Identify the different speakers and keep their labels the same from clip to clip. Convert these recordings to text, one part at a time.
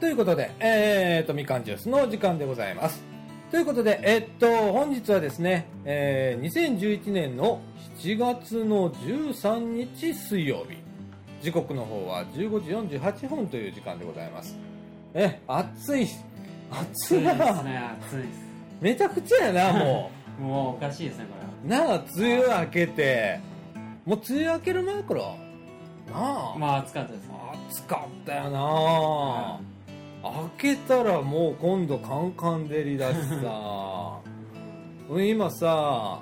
Speaker 1: ということで、えー、と、みかんジュースの時間でございます。ということで、えっと、本日はですね、えー、2011年の7月の13日水曜日、時刻の方は15時48分という時間でございます。え、暑い、暑
Speaker 2: 暑
Speaker 1: い
Speaker 2: い です
Speaker 1: な
Speaker 2: ね暑いです
Speaker 1: めちゃくちゃ やな、も
Speaker 2: もうおかしいですねこれは
Speaker 1: う。なあ、梅雨明けて、もう梅雨明ける前から、なあ、
Speaker 2: まあ暑かったですね
Speaker 1: 暑かったよな開けたらもう今度カンカン照りだしさ俺今さ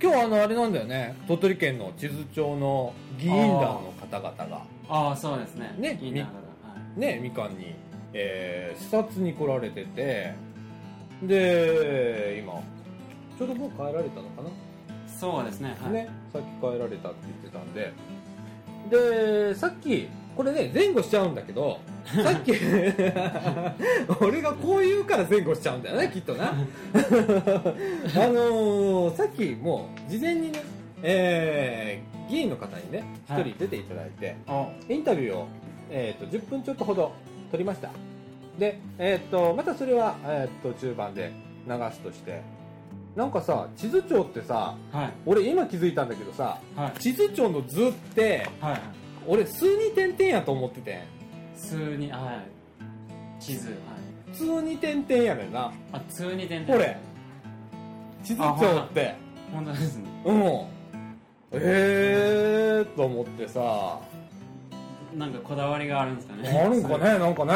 Speaker 1: 今日あのあれなんだよね鳥取県の地図町の議員団の方々が
Speaker 2: ああそうですね
Speaker 1: ね
Speaker 2: いいながら
Speaker 1: ねみかんに、えー視察に来られててで今ちょうどもう帰られたのかな
Speaker 2: はいそうですねはい
Speaker 1: ね、さっき帰られたって言ってたんででさっきこれね前後しちゃうんだけ どさっき俺がこう言うから前後しちゃうんだよねきっと なあのーさっきもう事前にねえー議員の方にね
Speaker 2: はい
Speaker 1: 1人出ていただいて、
Speaker 2: お
Speaker 1: インタビューを、えー、と10分ちょっとほど取りましたで、えー、とまたそれは、えー、と中盤で流すとしてなんかさ地図帳ってさ
Speaker 2: はい
Speaker 1: 俺今気づいたんだけどさ
Speaker 2: はい
Speaker 1: 地図帳の図って
Speaker 2: はい
Speaker 1: 俺数に点々やと思っててん
Speaker 2: 通にはい地図はい
Speaker 1: 数に点々やねんな
Speaker 2: あ通に点
Speaker 1: これ地図帳って
Speaker 2: 本当ですね
Speaker 1: うんええー、と思ってさ
Speaker 2: なんかこだわりがあるんですかね
Speaker 1: あるんかねなんかね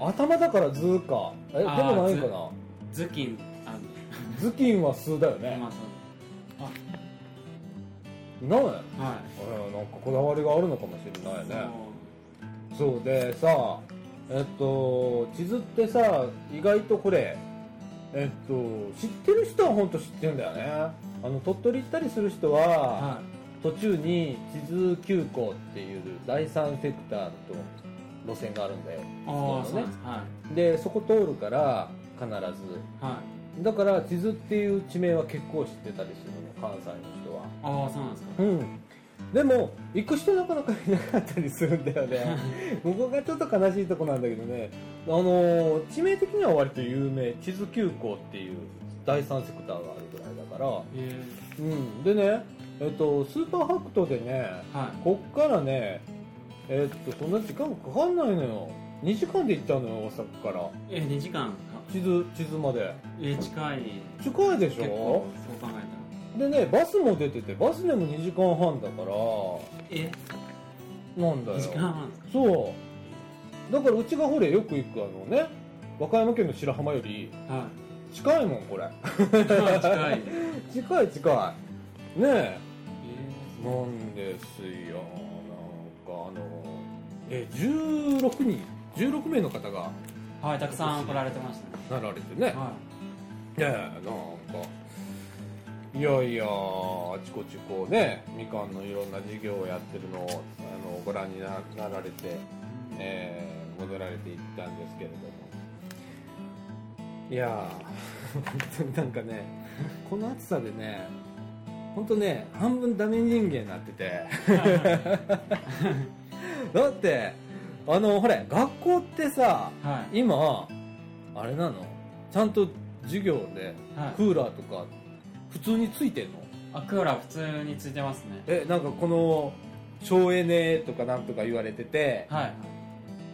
Speaker 2: 通
Speaker 1: 頭だから図かえでも
Speaker 2: あー
Speaker 1: ないかな
Speaker 2: 図頭巾あの
Speaker 1: 頭巾は数だよね
Speaker 2: まあそう
Speaker 1: なんや
Speaker 2: は
Speaker 1: うんなんかこだわりがあるのかもしれない
Speaker 2: い
Speaker 1: ね
Speaker 2: そう
Speaker 1: そうでさえっと地図ってさ意外とこれえっと知ってる人は本当知ってるんだよねあの鳥取行ったりする人は
Speaker 2: は
Speaker 1: 途中に地図急行っていう第三セクターの路線があるんだよ
Speaker 2: いああそうですは
Speaker 1: でそこ通るから必
Speaker 2: いはい
Speaker 1: ずだから地図っていう地名は結構知ってたりするの関西の人は
Speaker 2: ああそうなんですか
Speaker 1: うんでも行く人なかなかいなかったりするんだよね ここがちょっと悲しいとこなんだけどねあのー地名的には割と有名地図急行っていう第三セクターがあるぐらいだから
Speaker 2: え
Speaker 1: うんでねえっとスーパーハクトでね
Speaker 2: えはい
Speaker 1: こっからねえっとそんな時間かかんないのよ2時間で行っちゃうのよ大阪から
Speaker 2: え2時間か
Speaker 1: 地図地図まで
Speaker 2: え近い
Speaker 1: 近いでし
Speaker 2: 結
Speaker 1: ょ
Speaker 2: 構そう考
Speaker 1: でねバスも出ててバスでも2時間半だから
Speaker 2: えたら
Speaker 1: なんだ
Speaker 2: え
Speaker 1: よ
Speaker 2: 2時間半ですか
Speaker 1: そうだからうちがほれよく行くあのね和歌山県の白浜より
Speaker 2: は
Speaker 1: 近いもんこれ
Speaker 2: い近い
Speaker 1: 近い近いね
Speaker 2: え
Speaker 1: えなんですよなんかあのえ16人16名の方が
Speaker 2: ーはいたくさん来られてましたね
Speaker 1: なられてね
Speaker 2: は
Speaker 1: ねえなんかいやいやあちこちこうねみかんのいろんな事業をやってるのをあのご覧にななられて
Speaker 2: い
Speaker 1: えー戻られていったんですけれどもいやー本当になんかね この暑さでね本当ね半分ダメ人間になってて だってあのほれ学校ってさ
Speaker 2: はい
Speaker 1: 今あれなのちゃんと授業で
Speaker 2: はい
Speaker 1: クーラーとか普通についてんの
Speaker 2: あクーラー普通についてますね
Speaker 1: えなんかこの省エネとかなんとか言われてて
Speaker 2: はい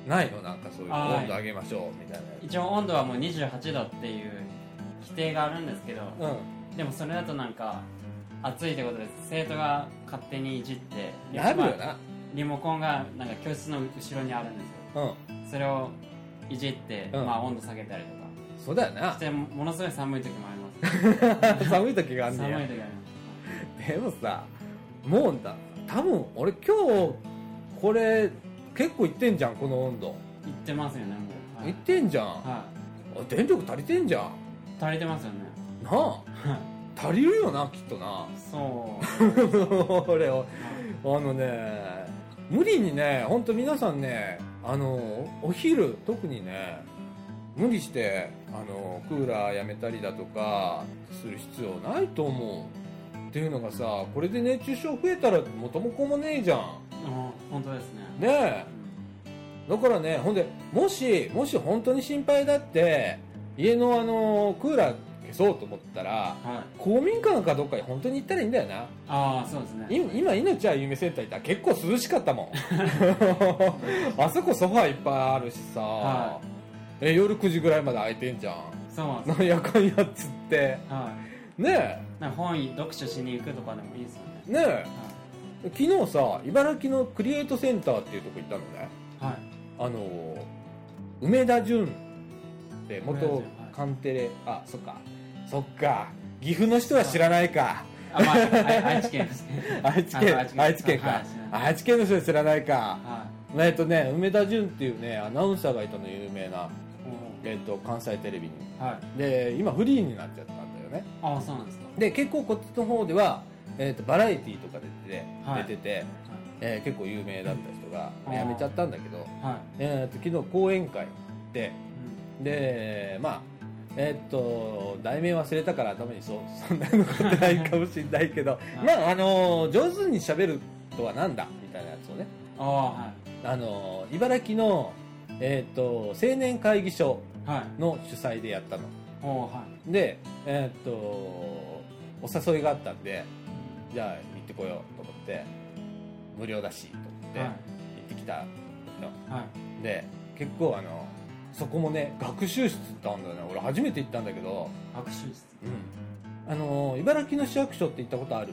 Speaker 1: ないのなんかそういう
Speaker 2: あー
Speaker 1: 温度上げましょうみたいなやつ
Speaker 2: 一応温度はもう28度っていう規定があるんですけど
Speaker 1: う
Speaker 2: でもそれだとなんか暑いってことです生徒が勝手にいじって
Speaker 1: ん、なるよ
Speaker 2: まあ
Speaker 1: な、
Speaker 2: リモコンがなんか教室の後ろにあるんですよ
Speaker 1: うん、
Speaker 2: それをいじって、
Speaker 1: うん
Speaker 2: まあ温度下げたりとか
Speaker 1: そうだよ
Speaker 2: し
Speaker 1: な、
Speaker 2: てものすごい寒い時もあります
Speaker 1: 寒い時があんね
Speaker 2: 寒い
Speaker 1: や。
Speaker 2: 時あり
Speaker 1: でもさ、もうだ、多分俺今日、これ、結構いってんじゃん、この温度。
Speaker 2: ます行ってますよねもうはい
Speaker 1: いってんじゃん。あ
Speaker 2: は
Speaker 1: 電力足りてんじゃん。
Speaker 2: い足りてますよね
Speaker 1: なあ、足りるよな、きっとな。
Speaker 2: そう
Speaker 1: 俺を、あのね、無理にね、ほんと皆さんね、あの、お昼、特にね、無理して、あの、クーラーやめたりだとか、する必要ないと思う。っていうのがさ、これで熱中症増えたら元も子もねえじゃん。
Speaker 2: うん本当ですね
Speaker 1: ねえ。だからね、ほんで、もし、もし本当に心配だって、家のあの、クーラー消そうと思ったら、
Speaker 2: はい
Speaker 1: 公民館かどっかに本当に行ったらいいんだよな。
Speaker 2: ああそうですね
Speaker 1: い今、命は夢センター行ったら結構涼しかったも ん。あそこソファーいっぱいあるしさ、
Speaker 2: は
Speaker 1: え、夜9時ぐらいまで空いてんじゃん。
Speaker 2: そうなんです
Speaker 1: なんやかんやっつって。
Speaker 2: は
Speaker 1: ね
Speaker 2: いなんか本読書しに行くとかでもいいですよね
Speaker 1: え、ね
Speaker 2: は
Speaker 1: え、昨日さ、茨城のクリエイトセンターっていうとこ行ったのね。
Speaker 2: いはい
Speaker 1: あの梅田淳って
Speaker 2: 梅田
Speaker 1: 元
Speaker 2: 淳はい
Speaker 1: カンテレ、あそっかそっか岐阜の人は知らないか
Speaker 2: あまあ愛愛知県ですね
Speaker 1: 愛知県
Speaker 2: あ
Speaker 1: 愛知県か
Speaker 2: はい知らない
Speaker 1: 愛知県の人は知らないか
Speaker 2: は
Speaker 1: えっとね梅田淳っていうねアナウンサーがいたの有名な、
Speaker 2: いお
Speaker 1: えっと関西テレビに
Speaker 2: ーはい
Speaker 1: で今フリーになっちゃったんだよね
Speaker 2: ああそうなんですか
Speaker 1: で結構こっちの方では、えっとバラエティーとか出てて、
Speaker 2: はい
Speaker 1: 出てて、えー結構有名だった人が
Speaker 2: うん
Speaker 1: 辞めちゃったんだけど、
Speaker 2: はい、はい
Speaker 1: えー、と昨日講演会で
Speaker 2: うん
Speaker 1: でまあえーっと題名忘れたから頭にそうそんなのことないかもしれないけ どまああの上手にしゃべるとはなんだみたいなやつをね
Speaker 2: ああは
Speaker 1: あの茨城の、えーっと青年会議所
Speaker 2: いはい
Speaker 1: の主催でやったの
Speaker 2: おおーは
Speaker 1: でえーっとお誘いがあったんで
Speaker 2: い
Speaker 1: じゃあ行ってこようと思って無料だしと思って
Speaker 2: は
Speaker 1: 行
Speaker 2: い
Speaker 1: ってきたの、
Speaker 2: はい
Speaker 1: で結構あのそこもね学習室ってあるんだよね俺初めて行ったんだけど
Speaker 2: 学習室
Speaker 1: うん、あのー茨城の市役所って行ったことある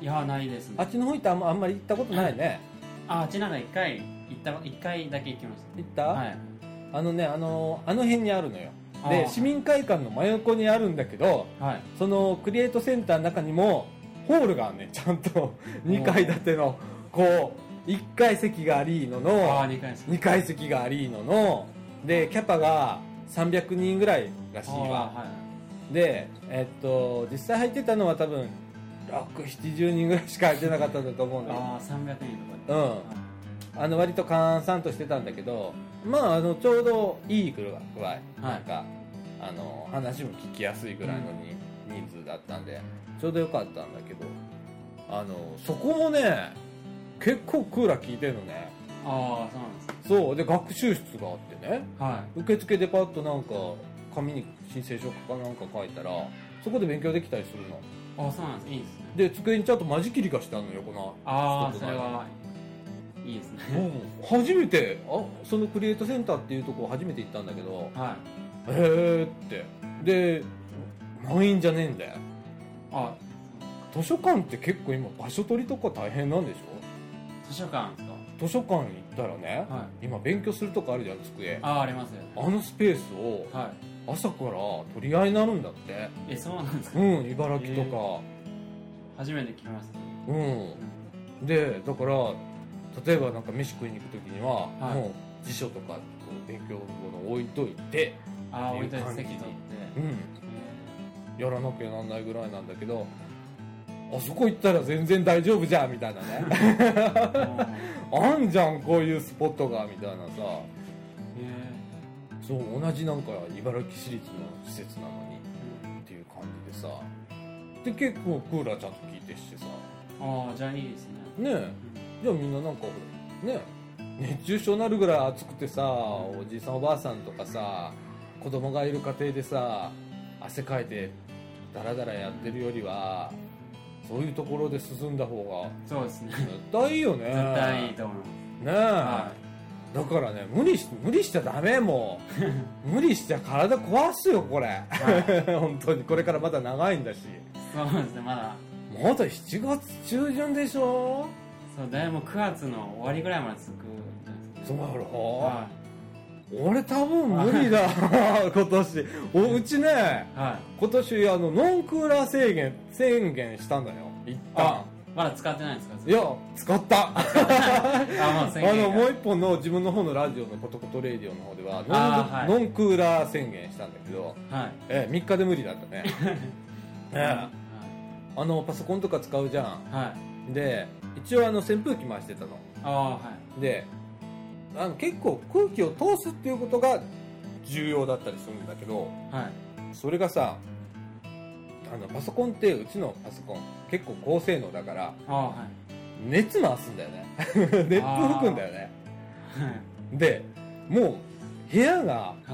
Speaker 2: いやないですね
Speaker 1: あっちの方行ってあんまあんまり行ったことないね
Speaker 2: ああちなみに1回行った一回だけ行きまし
Speaker 1: 行った、
Speaker 2: たはい
Speaker 1: あのねあのーあの辺にあるのよ
Speaker 2: あー
Speaker 1: で市民会館の真横にあるんだけど
Speaker 2: はい
Speaker 1: そのクリエイトセンターの中にもホールがあるねちゃん と2階建てのこう1階席がありの
Speaker 2: ああ
Speaker 1: の
Speaker 2: 2回です
Speaker 1: 2階席がありののでキャパが300人ぐらいらしい
Speaker 2: あ
Speaker 1: わ
Speaker 2: ーはい
Speaker 1: で、えっと、実際入ってたのは多分670人ぐらいしか入ってなかったんだと思うんだよ
Speaker 2: ああ300円と
Speaker 1: う
Speaker 2: か
Speaker 1: んあの割と閑散としてたんだけどまああのちょうどいい具合、なんかあの話も聞きやすいぐらいのに人数だったんでちょうどよかったんだけどあのそこもね結構クーラー効いてるのね
Speaker 2: ああそうなんですね
Speaker 1: そうで学習室があってね
Speaker 2: は
Speaker 1: 受付でパッとなんか紙に申請書かなんか書いたらそこで勉強できたりするの
Speaker 2: いああそうなんですいいですね
Speaker 1: で机にちゃんと間仕切りがしてあるのよこの
Speaker 2: ああそれはいいですね
Speaker 1: うん初めてあそのクリエイトセンターっていうとこ初めて行ったんだけど
Speaker 2: はい
Speaker 1: へえってで満員じゃねえんだよ
Speaker 2: あ
Speaker 1: 図書館って結構今場所取りとか大変なんでし
Speaker 2: 図書館です
Speaker 1: ょ図書館行ったらね
Speaker 2: かはい
Speaker 1: 今勉強するとこあるじゃん机あ
Speaker 2: ああありますよ
Speaker 1: のスペースを
Speaker 2: は
Speaker 1: 朝から取り合いになるんだって
Speaker 2: いえそうなんですか
Speaker 1: うん茨城とか、
Speaker 2: 初めて聞きました
Speaker 1: うんでだから例えばなんか飯食いに行く時には、
Speaker 2: はい
Speaker 1: もう辞書とかこう勉強のもの置いといて
Speaker 2: ああ
Speaker 1: って
Speaker 2: 置
Speaker 1: い
Speaker 2: いうといて
Speaker 1: 感じ
Speaker 2: 席取って
Speaker 1: うん
Speaker 2: えー
Speaker 1: やらなきゃなんないぐらいなんだけどあそこ行ったら全然大丈夫じゃんみたいなね
Speaker 2: あー
Speaker 1: あんじゃんこういうスポットがみたいなさ
Speaker 2: え
Speaker 1: そう同じなんか茨城市立の施設なのに
Speaker 2: ー
Speaker 1: っていう感じでさで結構クーラーちゃんと効いてしてさ
Speaker 2: ああじゃあいいです
Speaker 1: ね
Speaker 2: ね
Speaker 1: えじゃあみんななんかね熱中症になるぐらい暑くてさおじいさんおばあさんとかさ子供がいる家庭でさ汗かいてダラダラやってるよりはそういうところで進んだ方
Speaker 2: そうですね
Speaker 1: が絶対いいよね
Speaker 2: 絶対いいと思い
Speaker 1: ね
Speaker 2: ま
Speaker 1: え、
Speaker 2: すは
Speaker 1: だからね無理し無理しちゃダメも う無理しちゃ体壊すよこれ
Speaker 2: いはい
Speaker 1: 本当にこれからまだ長いんだし
Speaker 2: そうですねまだ
Speaker 1: まだ7月中旬でしょ
Speaker 2: そうだいぶ9月の終わりぐらいまで続くんじゃないです
Speaker 1: そ
Speaker 2: か
Speaker 1: うやろ、
Speaker 2: は
Speaker 1: 俺多分無理だ 今年おうちね
Speaker 2: いはい
Speaker 1: 今年あのノンクーラー制限宣言したんだよ一旦
Speaker 2: あまだ使ってないんですか
Speaker 1: いや使ったあ
Speaker 2: あもう宣言
Speaker 1: の
Speaker 2: が
Speaker 1: もう一本の自分の方のラジオのコトコトレディオの方ではノン
Speaker 2: あーはい
Speaker 1: ノンクーラー宣言したんだけど、
Speaker 2: はい
Speaker 1: え3日で無理だったねねえあのパソコンとか使うじゃ
Speaker 2: はいはい
Speaker 1: んで一応あの扇風機回してたの
Speaker 2: ああはい
Speaker 1: であの結構空気を通すっていうことが重要だったりするんだけど、
Speaker 2: はい
Speaker 1: それがさあのパソコンってうちのパソコン結構高性能だから
Speaker 2: ああは い
Speaker 1: 熱回すんだよね熱風吹くんだよね
Speaker 2: はい
Speaker 1: でもう部屋が
Speaker 2: はい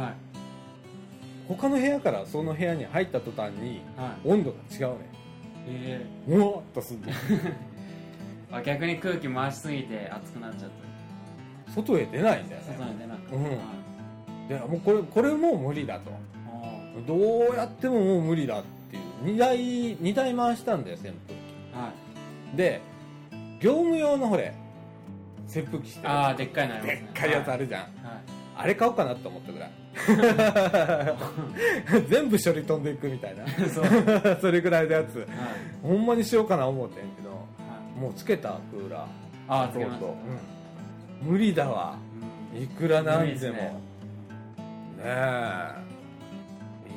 Speaker 1: 他の部屋からその部屋に入った途端に
Speaker 2: はい
Speaker 1: 温度が違うね
Speaker 2: え
Speaker 1: うわっとすんの
Speaker 2: ーあ逆に空気回しすぎて熱くなっちゃっ
Speaker 1: 外へ出ないんだよ
Speaker 2: た
Speaker 1: ね
Speaker 2: 外に出なくて
Speaker 1: うん
Speaker 2: はい
Speaker 1: でもうこれこれも無理だと
Speaker 2: お
Speaker 1: どうやってももう無理だっていう2台二台回したんだよ扇風
Speaker 2: ーはい
Speaker 1: 機で業務用のほれ扇風機して
Speaker 2: ああでっかいのあります
Speaker 1: で
Speaker 2: ね
Speaker 1: っかいやつあ
Speaker 2: る
Speaker 1: るじゃん、
Speaker 2: はい
Speaker 1: あれ買おうかなって思った ぐらい全部処理飛んでいくみたいな
Speaker 2: はいそう
Speaker 1: それぐらいのやつ
Speaker 2: はい
Speaker 1: ほんまにしようかな思ってんけど
Speaker 2: はい
Speaker 1: もうつけたクーラー
Speaker 2: ああつけまし
Speaker 1: と
Speaker 2: た
Speaker 1: うとううん無理だわ
Speaker 2: うん
Speaker 1: いくらなんでも
Speaker 2: 無理
Speaker 1: ね
Speaker 2: で
Speaker 1: え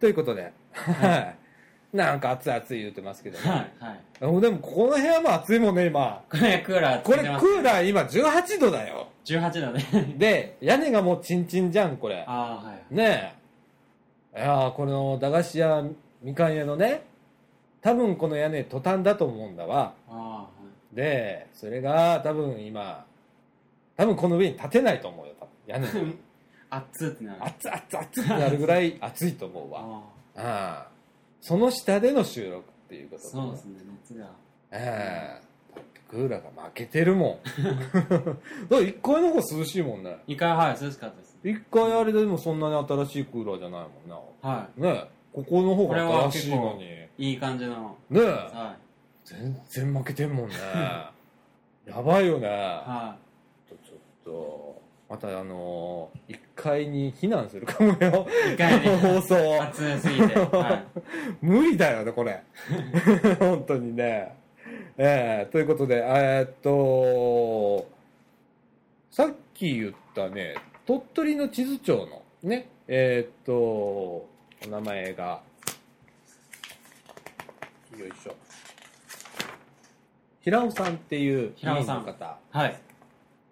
Speaker 1: ということで、はい、 なんか熱々言うてますけど、
Speaker 2: うは
Speaker 1: ね、
Speaker 2: いはい
Speaker 1: でもこの部屋も暑いもんね今
Speaker 2: これクーラー
Speaker 1: こ
Speaker 2: つ
Speaker 1: れク
Speaker 2: けてます
Speaker 1: ーラー今18度だよ
Speaker 2: 18度で
Speaker 1: で屋根がもうチンチンじゃんこれ
Speaker 2: ああはい
Speaker 1: ねえいやーこの駄菓子屋みかん屋のね多分この屋根トタンだと思うんだわ
Speaker 2: ああは
Speaker 1: でそれが多分今多分この上に立てないと思うよ多分屋根
Speaker 2: いあっつってなるあ
Speaker 1: 熱っ熱っ熱っってなるぐらい暑いと思うわ
Speaker 2: あ
Speaker 1: ああその下での収録っていうこと
Speaker 2: そうですね熱が
Speaker 1: ええだってクーラーが負けてるも んだから1階の方が涼しいもんね
Speaker 2: 2回はい涼しかったですね
Speaker 1: 1階あれでもそんなに新しいクーラーじゃないもんな
Speaker 2: は
Speaker 1: ねえここの方が新しいの
Speaker 2: こ
Speaker 1: にね
Speaker 2: いいい感じの
Speaker 1: え
Speaker 2: は
Speaker 1: 全然 負けてんもんねやばいよね
Speaker 2: いは
Speaker 1: ちょっとまたあのー、1階に避難するかもよ。
Speaker 2: 一回
Speaker 1: この放
Speaker 2: ね、
Speaker 1: 送。
Speaker 2: 暑すぎて。は
Speaker 1: 無理だよね、これ。 本当にね。ええということで、えーっと、さっき言ったね、鳥取の地図庁のね、えーっと、お名前が、よいしょ。平尾さんっていう委員
Speaker 2: 平尾さん
Speaker 1: の方
Speaker 2: い。はい。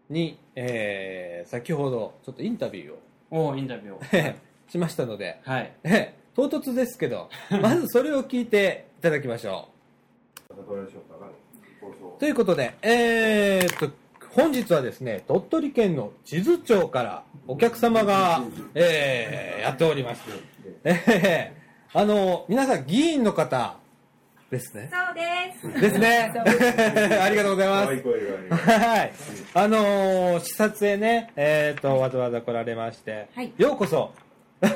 Speaker 1: に、えー先ほどちょっとインタビューを
Speaker 2: おーインタビューを。
Speaker 1: しましたので、
Speaker 2: はい。
Speaker 1: ええ唐突ですけど、まずそれを聞いていただきましょう。ということで、えーっと、本日はですね、鳥取県の地図町からお客様が、えーやっております。えー あの、皆さん議員の方ですね。
Speaker 3: そうです。
Speaker 1: ですね。 ありがとうございます。
Speaker 4: はい、声があります。
Speaker 1: はい。あのー視察へね、えっ、と、わざわざ来られまして、
Speaker 3: はい
Speaker 1: ようこそ、
Speaker 3: あ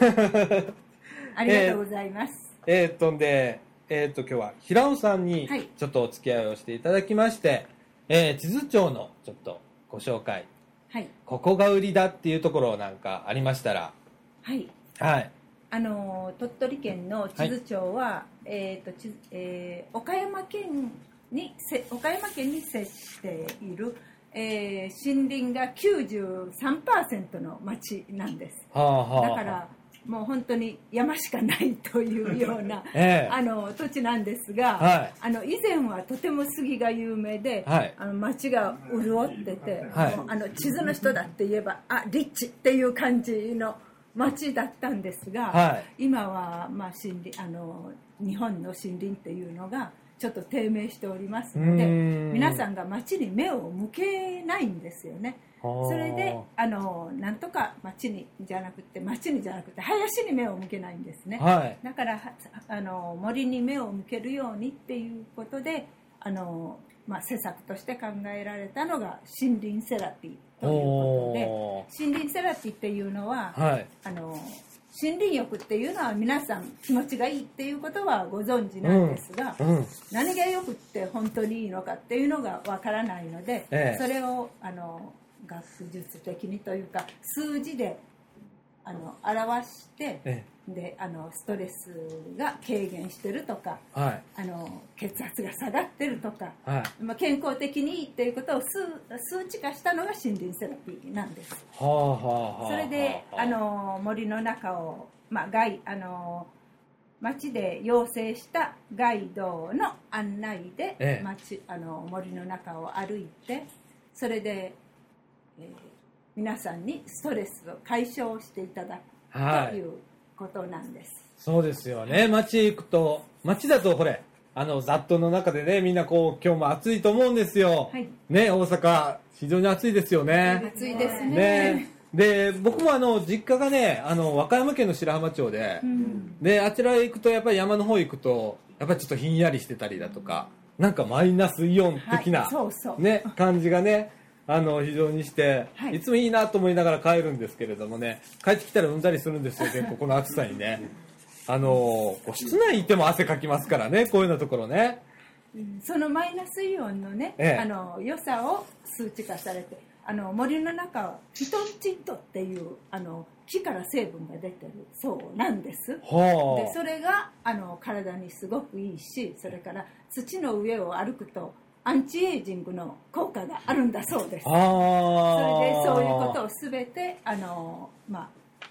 Speaker 3: りがとうございます。
Speaker 1: えー、とんで、えー、と今日は平尾さんに
Speaker 3: はい
Speaker 1: ちょっとお付き合いをしていただきまして、えー地図帳のちょっとご紹介
Speaker 3: はい。
Speaker 1: ここが売りだっていうところなんかありましたら
Speaker 3: はい。
Speaker 1: はい
Speaker 3: あのー鳥取県の地図町は、えっ、と地図、えー岡山県にせ岡山県に接している、えー森林が93%の町なんです。
Speaker 1: はあ
Speaker 3: だ
Speaker 1: はあ
Speaker 3: からもう本当に山しかないというような
Speaker 1: ええ
Speaker 3: あの土地なんですが、
Speaker 1: はい
Speaker 3: あの以前はとても杉が有名で、
Speaker 1: はい
Speaker 3: あの町が潤ってて、
Speaker 1: はい
Speaker 3: もうあの地図の人だって言えばあリッチっていう感じの町だったんですが、
Speaker 1: は
Speaker 3: 今は、まあ、森林あの日本の森林っていうのがちょっと低迷しておりますので
Speaker 1: うーん
Speaker 3: 皆さんが町に目を向けないんですよね。
Speaker 1: はあ
Speaker 3: それであのなんとか町にじゃなくて町にじゃなくて林に目を向けないんですね、
Speaker 1: はい
Speaker 3: だからはあの森に目を向けるようにっていうことであの、まあ、施策として考えられたのが森林セラピーという
Speaker 1: お
Speaker 3: ことで森林セラピーっていうのは、
Speaker 1: はい
Speaker 3: あの森林浴っていうのは皆さん気持ちがいいっていうことはご存知なんですが、
Speaker 1: うん
Speaker 3: 何がよくって本当にいいのかっていうのがわからないので、
Speaker 1: ええ
Speaker 3: それをあの学術的にというか数字であの表して、
Speaker 1: え
Speaker 3: であのストレスが軽減してるとか
Speaker 1: はい
Speaker 3: あの血圧が下がってるとか、
Speaker 1: はい
Speaker 3: まあ、健康的にいいっていうことを数数値化したのが森林セラピーなんです。
Speaker 1: はあはあはあ
Speaker 3: それで、
Speaker 1: は
Speaker 3: あの森の中を、まあ、ガイあの町で要請したガイドの案内で、
Speaker 1: ええ
Speaker 3: 町あの森の中を歩いてそれで、えー皆さんにストレスを解消していただく
Speaker 1: はい
Speaker 3: ということなんです。
Speaker 1: そうですよね。街へ行くと、街だとほれ、あの、雑踏の中でね、みんなこう、今日も暑いと思うんですよ。
Speaker 3: はい
Speaker 1: ね、大阪、非常に暑いですよね。
Speaker 3: 暑いですね
Speaker 1: ね。で、僕もあの、実家がね、あの、和歌山県の白浜町で、
Speaker 3: うん
Speaker 1: で、あちらへ行くと、やっぱり山の方行くと、やっぱりちょっとひんやりしてたりだとか、なんかマイナスイオン的な、
Speaker 3: はいそうそう
Speaker 1: ね、 感じがね、あの、非常にして、
Speaker 3: はい
Speaker 1: いつもいいなと思いながら帰るんですけれどもね、帰ってきたらうんざりするん ですよ、結構この暑さにね。あの、こう室内いても汗かきますからね、こういうようなところね。
Speaker 3: そのマイナスイオンのね、
Speaker 1: ええ
Speaker 3: あの良さを数値化されてあの森の中はフィトンチッドっていうあの木から成分が出てるそうなんですで
Speaker 1: は
Speaker 3: それがあの体にすごくいいしそれから土の上を歩くとアンチエイジングの効果があるんだそうです
Speaker 1: あ。
Speaker 3: それ
Speaker 1: は
Speaker 3: で
Speaker 1: あ。
Speaker 3: そういうことを全てあの、まあ、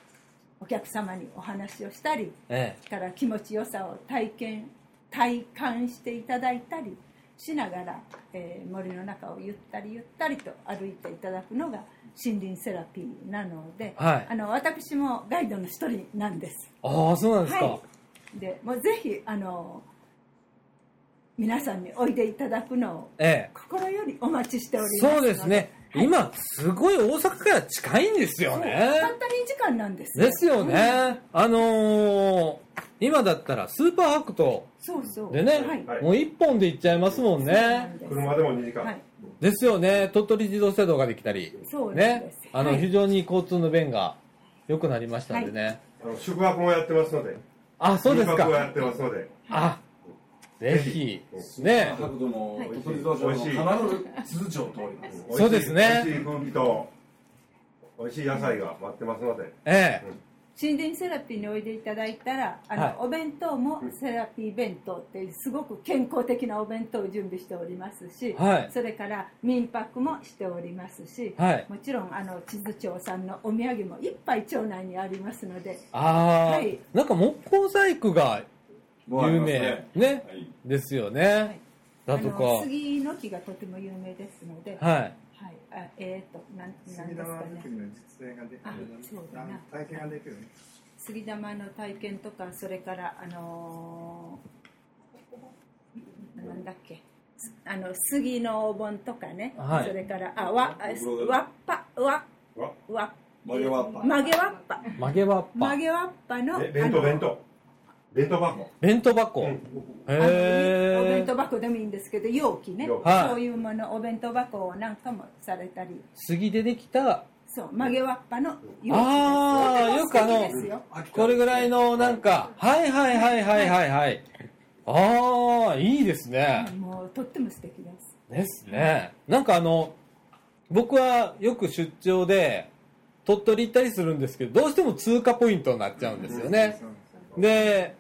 Speaker 3: お客様にお話をしたり
Speaker 1: え
Speaker 3: から気持ちよさを体験体感していただいたりしながら、えー森の中をゆったりゆったりと歩いていただくのが森林セラピーなので、
Speaker 1: はい
Speaker 3: あの私もガイドの一人なんです。
Speaker 1: え。ああ、そうなんですか。
Speaker 3: はい、でもうぜひあの皆さんにおいでいただくのを
Speaker 1: ええ。
Speaker 3: 心よりお待ちしております
Speaker 1: そうですね。今、すごい大阪から近いんですよ
Speaker 3: そうた
Speaker 1: ね。
Speaker 3: った2時間なんです
Speaker 1: ですよね。あのー、今だったらスーパーアクト
Speaker 3: そうそう
Speaker 1: でね、
Speaker 3: はい、
Speaker 1: もう一本で行っちゃいますもんね。
Speaker 4: 車でも2時間。
Speaker 3: はい
Speaker 1: ですよね。鳥取自動車道ができたり、
Speaker 3: そうなんで
Speaker 1: ね
Speaker 3: す、
Speaker 1: あの、
Speaker 3: はい
Speaker 1: 非常に交通の便が良くなりましたんでね。
Speaker 4: あの宿泊もやってますので。
Speaker 1: あ、そうです
Speaker 4: 宿泊もや
Speaker 1: か。
Speaker 4: ってますので。
Speaker 1: あ、ぜひ、ね、
Speaker 5: 角度も
Speaker 3: はい
Speaker 5: 鳥取道場も必ず通常通ります。
Speaker 1: そうですね
Speaker 4: 美味しい空気と、美美味しい野菜が待ってますので、
Speaker 1: ええ
Speaker 3: 森林セラピーにおいでいただいたらあの、
Speaker 1: はい
Speaker 3: お弁当もセラピー弁当っていうすごく健康的なお弁当を準備しておりますし、
Speaker 1: はい
Speaker 3: それから民泊もしておりますし、
Speaker 1: はい
Speaker 3: もちろんあの地図町さんのお土産もいっぱい町内にありますので
Speaker 1: ああ、
Speaker 3: はい
Speaker 1: なんか木工細工が
Speaker 4: うあり
Speaker 1: 有
Speaker 4: ます
Speaker 1: 名
Speaker 4: ね
Speaker 1: ね
Speaker 4: はい
Speaker 1: ですよね、
Speaker 3: あ
Speaker 1: だとか
Speaker 3: の杉の木がとても有名ですので、はい
Speaker 1: はい
Speaker 3: あえっ、となんなんで
Speaker 5: 杉
Speaker 3: す
Speaker 5: 玉
Speaker 3: か
Speaker 5: 作り
Speaker 3: ね
Speaker 5: の実演ができる
Speaker 3: あそうだ
Speaker 5: あ
Speaker 3: な
Speaker 5: の体験ができるね
Speaker 3: 杉玉の体験とかそれからあのーなんだっけあの杉のお盆とかね、
Speaker 1: はい
Speaker 3: それからあわあ
Speaker 6: ブログ
Speaker 3: わっぱわ
Speaker 4: わ
Speaker 3: わ
Speaker 6: 曲げわっぱ
Speaker 3: 曲げわっぱ
Speaker 1: 曲げわっぱ
Speaker 3: 曲げわっぱの
Speaker 4: べ弁当
Speaker 3: あの
Speaker 4: 弁当弁当箱
Speaker 1: 弁当箱、
Speaker 4: うん
Speaker 1: へ
Speaker 3: あのお弁
Speaker 1: え
Speaker 3: 当箱でもいいんですけど容器ね、
Speaker 4: 容器
Speaker 1: はい
Speaker 3: そういうものお弁当箱なんかもされたり
Speaker 1: 杉でできた
Speaker 3: そう曲げわっぱの容器です
Speaker 1: あーよ
Speaker 3: とても素敵
Speaker 1: くあの
Speaker 3: ですよ
Speaker 1: これぐらいのなんかはいはいはいはいはいはいああいいですね、
Speaker 3: もうとっても素敵です
Speaker 1: ですねなんかあの僕はよく出張で鳥取行ったりするんですけどどうしても通過ポイントになっちゃうんですよね、
Speaker 5: そう
Speaker 1: で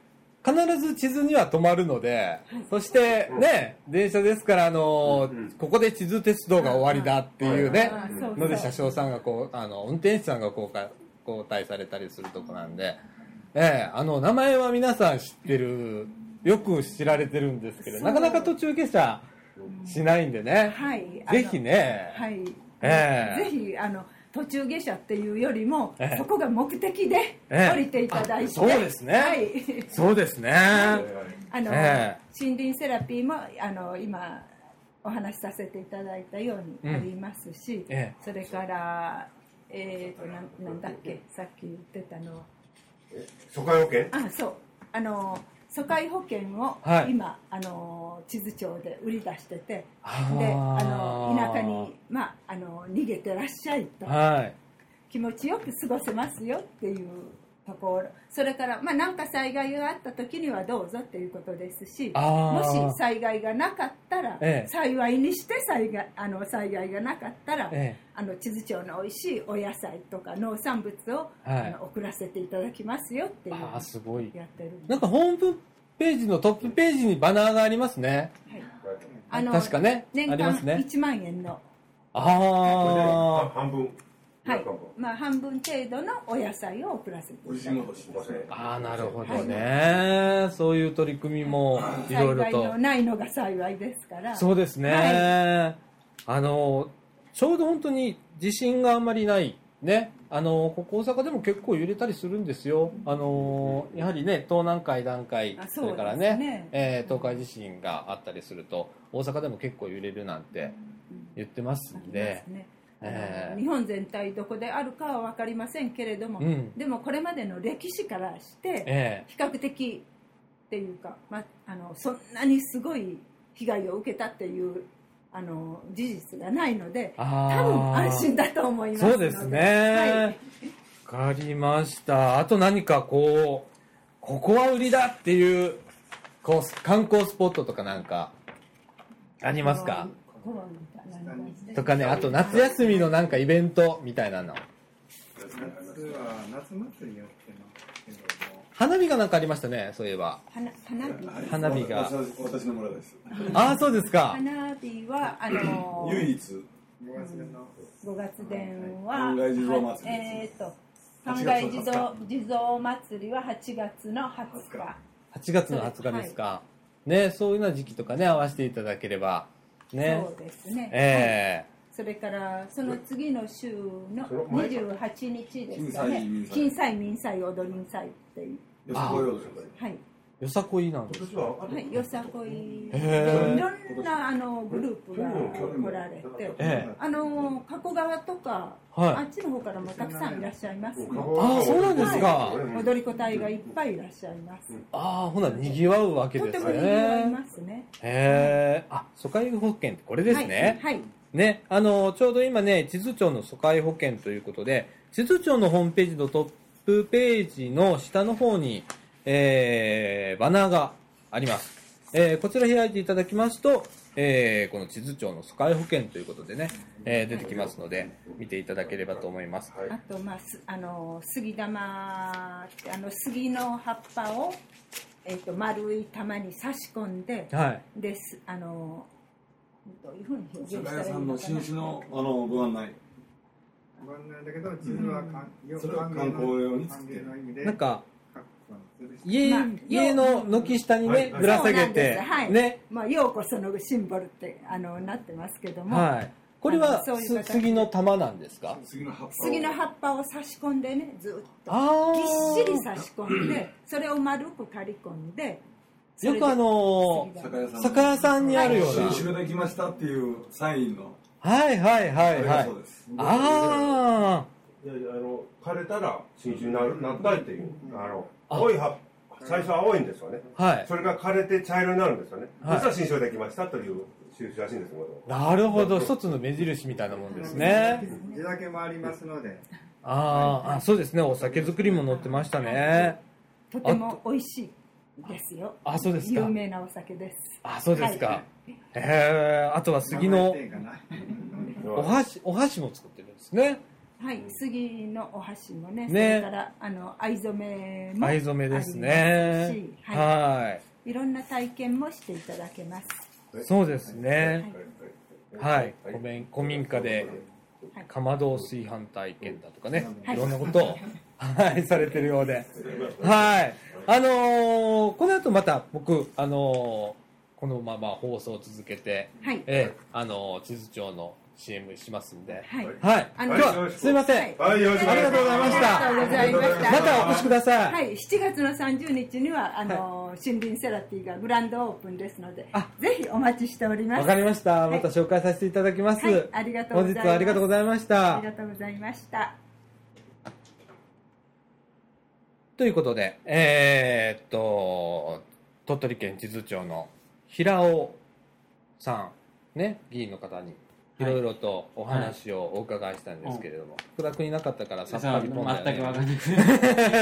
Speaker 1: 必ず地図には止まるので、そしてね、電車ですから、あの
Speaker 4: うんうん
Speaker 1: ここで地図鉄道が終わりだっていうね
Speaker 3: あ、ーそうそう
Speaker 1: ので車掌さんがこう、あの、運転手さんがこうか交代されたりするとこなんで、ええあの、名前は皆さん知ってる、よく知られてるんですけど、
Speaker 3: そう
Speaker 1: なかなか途中下車しないんでね、
Speaker 3: はい
Speaker 1: ぜひね、
Speaker 3: はい、
Speaker 1: ええ
Speaker 3: ぜひあの途中下車っていうよりも、
Speaker 1: ええ
Speaker 3: そこが目的で
Speaker 1: ええ
Speaker 3: 降りていただいて、
Speaker 1: そうですね
Speaker 3: はい、
Speaker 1: そうですね、
Speaker 3: あの、
Speaker 1: え
Speaker 3: 森林セラピーもあの今お話しさせていただいたようにありますし、
Speaker 1: うんえ
Speaker 3: それからえー、となんなんだっけさっき言ってたのは
Speaker 4: 疎開保険
Speaker 3: あそうあの疎開保険を
Speaker 1: はい
Speaker 3: 今、あの地図帳で売り出しててで
Speaker 1: あ
Speaker 3: あ
Speaker 1: ー
Speaker 3: の田舎に、まあ、あの逃げてらっしゃいと
Speaker 1: はい、
Speaker 3: 気持ちよく過ごせますよっていうところそれから、まあ、なんか災害があった時にはどうぞっていうことですし
Speaker 1: あー
Speaker 3: もし災害がなかったら、
Speaker 1: ええ
Speaker 3: 幸いにして災害あの災害がなかったら、
Speaker 1: ええ
Speaker 3: あの地図帳の美味しいお野菜とか農産物を、
Speaker 1: はい
Speaker 3: あの送らせていただきますよっていう
Speaker 1: ああ、すごい。
Speaker 3: やってるんで
Speaker 1: なんかホームページのトップページにバナーがありますね。
Speaker 3: はい
Speaker 1: あ確かね
Speaker 3: 年
Speaker 1: ありま
Speaker 3: 間
Speaker 1: すね
Speaker 3: 1万円の、
Speaker 4: これでは
Speaker 1: あ
Speaker 4: 半分
Speaker 3: は
Speaker 4: 半
Speaker 3: い
Speaker 4: 分
Speaker 3: まあ、半分程度のお野菜を送らせていただ
Speaker 6: 美味
Speaker 3: き
Speaker 6: しい
Speaker 3: ます
Speaker 6: もの欲しい
Speaker 4: すいません
Speaker 1: あ、ああ、なるほどね。そういう取り組みもいろいろ
Speaker 3: 災害
Speaker 1: と
Speaker 3: の。ないのが幸いですから
Speaker 1: そうですね、あの、ちょうど本当に地震があんまりない。ね。あの、ここ大阪でも結構揺れたりするんですよ。あの、やはりね、東南海、南海
Speaker 3: あ、そ
Speaker 1: そ
Speaker 3: うですね
Speaker 1: れからね、えー東海地震があったりすると、大阪でも結構揺れるなんて言ってます
Speaker 3: あ
Speaker 1: ん
Speaker 3: り
Speaker 1: で
Speaker 3: ます。ね
Speaker 1: ええ
Speaker 3: 日本全体どこであるかは分かりませんけれども、
Speaker 1: うん
Speaker 3: でもこれまでの歴史からして
Speaker 1: え
Speaker 3: 比較的っていうか、ま、あのそんなにすごい被害を受けたっていうあの事実がないので
Speaker 1: え多
Speaker 3: 多分安心だと思いますの
Speaker 1: そうですね。わ、かりました。あと何かこう、ここは売りだっていう、こう、観光スポットとかなんか、ありますか
Speaker 3: 心に何か
Speaker 1: とかね、あと夏休みのなんかイベントみたいなの。
Speaker 5: 夏は夏祭りやってますけども
Speaker 1: 花火がなんかありましたね、そういえば。
Speaker 3: 花花火
Speaker 1: 花火が
Speaker 6: 私私の村です
Speaker 1: ああ、そうですか。
Speaker 3: 花火はあの
Speaker 6: 唯一
Speaker 5: 五月の
Speaker 3: 五月伝は、
Speaker 6: はい三大地蔵祭り
Speaker 3: えー、と三
Speaker 6: 8
Speaker 3: 大
Speaker 6: 月
Speaker 3: 地
Speaker 6: の20日
Speaker 3: 蔵地蔵祭りは8月の20日
Speaker 1: 8月の20日ですか。ね、そういうような時期とかね、合わせていただければ。ね。
Speaker 3: そうですね、はい
Speaker 1: え
Speaker 3: それからその次の週の
Speaker 4: その前か
Speaker 3: 28日ですかね金
Speaker 6: 金祭民祭
Speaker 3: 祭民祭踊り祭っていう
Speaker 6: よそこよそこ
Speaker 3: はい、
Speaker 1: えよさこいなん
Speaker 4: 今
Speaker 1: です
Speaker 4: 年はあと
Speaker 3: はい、よさこい
Speaker 1: へ
Speaker 3: で
Speaker 1: ー
Speaker 3: いろんなあのグループが来られて
Speaker 1: え
Speaker 3: あの加古川とか、
Speaker 1: はい
Speaker 3: あっちの方からもたくさんいらっしゃいますね、
Speaker 1: あそうなんですか
Speaker 4: うん
Speaker 3: 踊り子隊がいっぱいいらっしゃいます、
Speaker 1: ああ、ほな、賑わうわけ
Speaker 3: と
Speaker 1: で
Speaker 3: て
Speaker 1: す
Speaker 3: も賑わ
Speaker 1: ね。
Speaker 3: いますね。
Speaker 1: へえ、あ、疎開保険ってこれですね。
Speaker 3: はい。はい
Speaker 1: ね、あの、ちょうど今ね、地図庁の疎開保険ということで、地図庁のホームページのトップページの下の方に、えー、バナーがあります。えー、こちら開いていただきますと、えーこの地図庁の疎開保険ということでね、えー出てきますので、見ていただければと思います。
Speaker 4: はい
Speaker 3: あと、まあ、すあの杉玉ってあの杉の葉っぱを、えっと丸い玉に差し込んで
Speaker 1: はい。
Speaker 3: ですあのどういうふうに表現し
Speaker 6: 酒
Speaker 3: た
Speaker 6: 屋
Speaker 3: らいい
Speaker 6: さん
Speaker 3: のか
Speaker 6: の
Speaker 3: な
Speaker 6: 新種のあのご案内
Speaker 5: ご案内だけど、地図はかんよ
Speaker 6: それを観光用に作ってる
Speaker 5: 観光用の意味で
Speaker 1: なんか、
Speaker 5: 各国の地図です
Speaker 1: 家、
Speaker 3: まあ
Speaker 1: 家の軒下にね、
Speaker 4: はい
Speaker 1: ぶら下げて、
Speaker 3: そうなんですはい
Speaker 1: ね、
Speaker 3: まあ、ようこそのシンボルってあのなってますけども、
Speaker 1: はい。これは
Speaker 3: あのそういう
Speaker 1: す
Speaker 3: 形
Speaker 1: 杉の玉なんですか
Speaker 6: 杉の葉っぱを
Speaker 3: 杉の葉っぱを差し込んでねずっと
Speaker 1: あ
Speaker 3: ぎっしり
Speaker 1: さ
Speaker 3: 差し込んでそれを丸く刈り込んでそれ
Speaker 1: よ
Speaker 3: で
Speaker 1: くあのー
Speaker 6: 酒屋さん
Speaker 1: 酒屋さんにあるような。
Speaker 6: 新種ができましたっていうサインの
Speaker 1: はいはいはい
Speaker 6: あれ
Speaker 1: は
Speaker 6: が
Speaker 1: い
Speaker 6: そう。です
Speaker 1: あ
Speaker 4: いやいやあの枯れたら新種になるなったりっていうあの
Speaker 1: あ
Speaker 4: 青い葉最初は青いんですよね
Speaker 1: あ、はい。
Speaker 4: それが枯れて茶色になるんですよね
Speaker 1: はい
Speaker 4: そしたら新種ができましたという種らしいんですもと
Speaker 1: なるほど、一つの目印みたいなもんですね。
Speaker 5: 地酒もありますので、
Speaker 1: あーあ、そうですね。お酒作りも載ってましたね。
Speaker 3: とても美味しいですよ
Speaker 1: あそうですか
Speaker 3: 有名なお酒です
Speaker 1: あ、そうです
Speaker 3: は
Speaker 1: か
Speaker 3: い。
Speaker 1: へえ、あとは杉の
Speaker 5: 名前っていうかな
Speaker 1: お箸、お箸も作ってるんですね。
Speaker 3: はい、杉のお箸もね、
Speaker 1: ね
Speaker 3: それからあの藍染めも
Speaker 1: 藍染めです
Speaker 3: あり
Speaker 1: ね
Speaker 3: ま。すしは、
Speaker 1: はい
Speaker 3: いろんな体験もしていただけます。
Speaker 1: い。そうですね。
Speaker 4: は
Speaker 1: はいい、古民古民家で
Speaker 3: はい
Speaker 1: かまど炊飯体験だとかね、、
Speaker 3: はいい
Speaker 1: ろんなこと を、はい、されてるようで、はい、あのーこの後また僕、あのーこのまま放送を続けて、
Speaker 3: はい、
Speaker 1: ええあのー地図帳の CM しますんで、
Speaker 3: はい、
Speaker 1: はい、
Speaker 3: あ
Speaker 1: 今
Speaker 3: の
Speaker 1: 日はすいません、
Speaker 3: はい
Speaker 4: はいよろしくお願いしま
Speaker 1: あり
Speaker 4: す
Speaker 3: ありがとうございました。
Speaker 1: またお越しください。
Speaker 3: はい、7月の30日にはあの、森林セラピーがグランドオープンですので
Speaker 1: あ、
Speaker 3: ぜひお待ちしております。
Speaker 1: わかりました。
Speaker 3: い
Speaker 1: また紹介させていただきます。
Speaker 3: はいありがとうございま
Speaker 1: 本
Speaker 3: す
Speaker 1: 日はありがとうございました。
Speaker 3: ありがとうございました。
Speaker 1: ということで、えーっと、鳥取県地図庁の平尾さん、ね、議員の方に、いろいろとお話をお伺いしたんですけれども、暗くになかったからさっぱり飛んだよね
Speaker 2: 全くわかんな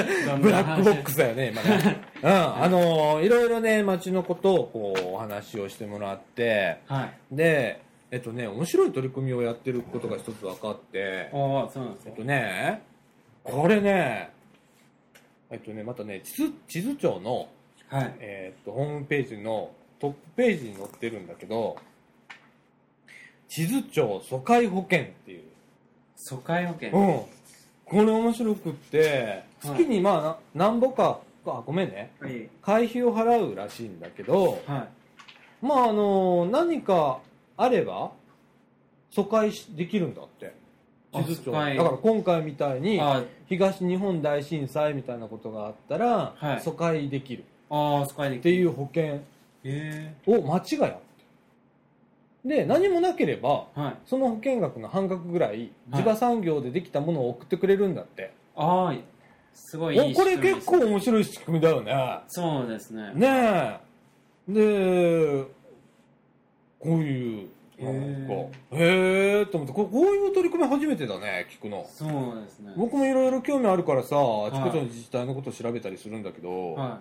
Speaker 2: くてど ん
Speaker 1: ブ
Speaker 2: な
Speaker 1: ラックボ
Speaker 2: 話
Speaker 1: ックスだよね、今 ね。うん、あのーいろいろね、町のことをこう、お話をしてもらって、
Speaker 2: はい
Speaker 1: で、えっとね、面白い取り組みをやってることが一つ分かって、
Speaker 2: おおそうなんです
Speaker 1: えっ
Speaker 2: よ
Speaker 1: とね、これね、えっとね、またね、地図地図庁の、
Speaker 2: はい
Speaker 1: えーっとホームページのトップページに載ってるんだけど、地図庁疎開保険っていう。
Speaker 2: 疎開保険
Speaker 1: うん。これ面白くって、月にまあ、ななんぼか、あ、ごめんね。
Speaker 2: はい
Speaker 1: 会費を払うらしいんだけど、
Speaker 2: はい
Speaker 1: まああの、何かあれば、疎開しできるんだって。
Speaker 2: あ
Speaker 1: 地図庁。
Speaker 2: 疎開
Speaker 1: だから今回みたいに、
Speaker 2: あ
Speaker 1: 東日本大震災みたいなことがあったら、
Speaker 2: はい
Speaker 1: 疎開できる
Speaker 2: あー疎開でき
Speaker 1: っていう保険
Speaker 2: へ
Speaker 1: を町がやってで何もなければ
Speaker 2: えはい
Speaker 1: その保険額の半額ぐらい
Speaker 2: は
Speaker 1: 地
Speaker 2: い
Speaker 1: 場産業でできたものを送ってくれるんだって、
Speaker 2: ああすごいいい
Speaker 1: おこれ
Speaker 2: 仕組みで
Speaker 1: 結
Speaker 2: す
Speaker 1: 構面白い仕組みだよね
Speaker 2: そうですね
Speaker 1: ねえでこういう
Speaker 2: へえ
Speaker 1: なんかへえと思ってここういう取り組み初めてだね聞くの
Speaker 2: そうですね
Speaker 1: 僕もいろいろ興味あるからさあ
Speaker 2: い
Speaker 1: ちこちの自治体のこと調べたりするんだけど、
Speaker 2: は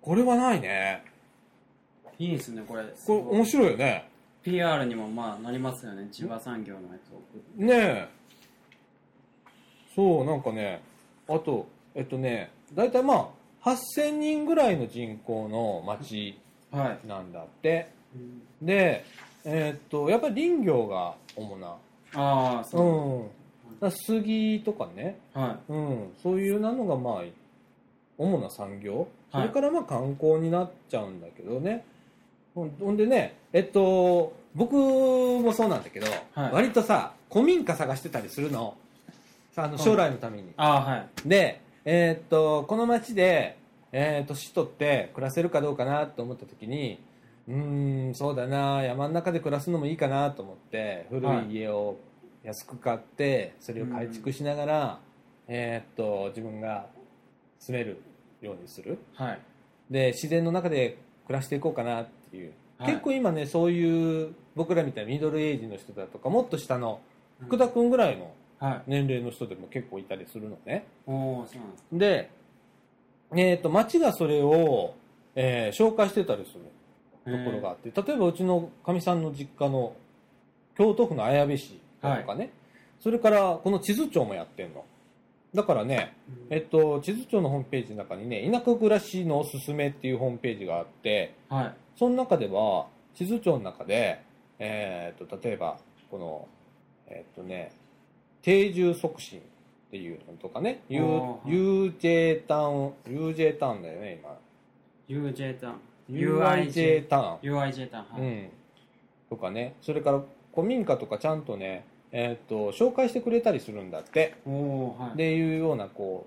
Speaker 1: これはないね。
Speaker 2: いいいですねこれ
Speaker 1: これ面
Speaker 2: い
Speaker 1: 白いよね。
Speaker 2: PR にもまあなりますよね千葉産業のやつを
Speaker 1: ねえ。そう、なんかね、あと、えっとね、だいたいまあ、8000人ぐらいの人口の町
Speaker 2: はい
Speaker 1: なんだって。で、えっと、やっぱり林業が主な。
Speaker 2: ああそうう、
Speaker 1: ん。だから杉とかね、
Speaker 2: は
Speaker 1: うん、そういうなのがまあ主な産業、
Speaker 2: はい
Speaker 1: それからまあ観光になっちゃうんだけどねほんほんでねえっと僕もそうなんだけど、
Speaker 2: はい
Speaker 1: 割とさ古民家探してたりするのさあの
Speaker 2: ん
Speaker 1: 将来のために、
Speaker 2: いああはい
Speaker 1: でえっとこの町で、えー年取って暮らせるかどうかなと思った時にうーんそうだな山の中で暮らすのもいいかなと思って古
Speaker 2: はい
Speaker 1: い家を安く買ってそれを改築しながら、えーっと自分が住めるようにする
Speaker 2: はい
Speaker 1: で自然の中で暮らしていこうかなっていう、
Speaker 2: はい
Speaker 1: 結構今ねそういう僕らみたいなミドルエイジの人だとかもっと下の福田君ぐらいの
Speaker 2: はい
Speaker 1: 年齢の人でも結構いたりするのね。
Speaker 2: おおそうなんです
Speaker 1: で、えっ、と、町がそれを、えー紹介してたりする。ところがあって、例えばうちのかみさんの実家の京都府の綾部市とかね、それからこの地図庁もやってんの。だからね、えっと、地図庁のホームページの中にね、田舎暮らしのおすすめっていうホームページがあって、
Speaker 2: はい。
Speaker 1: その中では、地図庁の中で、えーっと、例えば、この、えーっとね、定住促進っていうのとかね、U-
Speaker 2: あー
Speaker 1: UJ タウン、UJ タウンだよね、今。
Speaker 2: UJ ターン。
Speaker 1: UIJ タウン。
Speaker 2: UIJ ターン。
Speaker 1: う
Speaker 2: はい。
Speaker 1: ん、とかねそれから古民家とかちゃんとね、えー、と紹介してくれたりするんだって
Speaker 2: おおーはい。
Speaker 1: っていうようなこ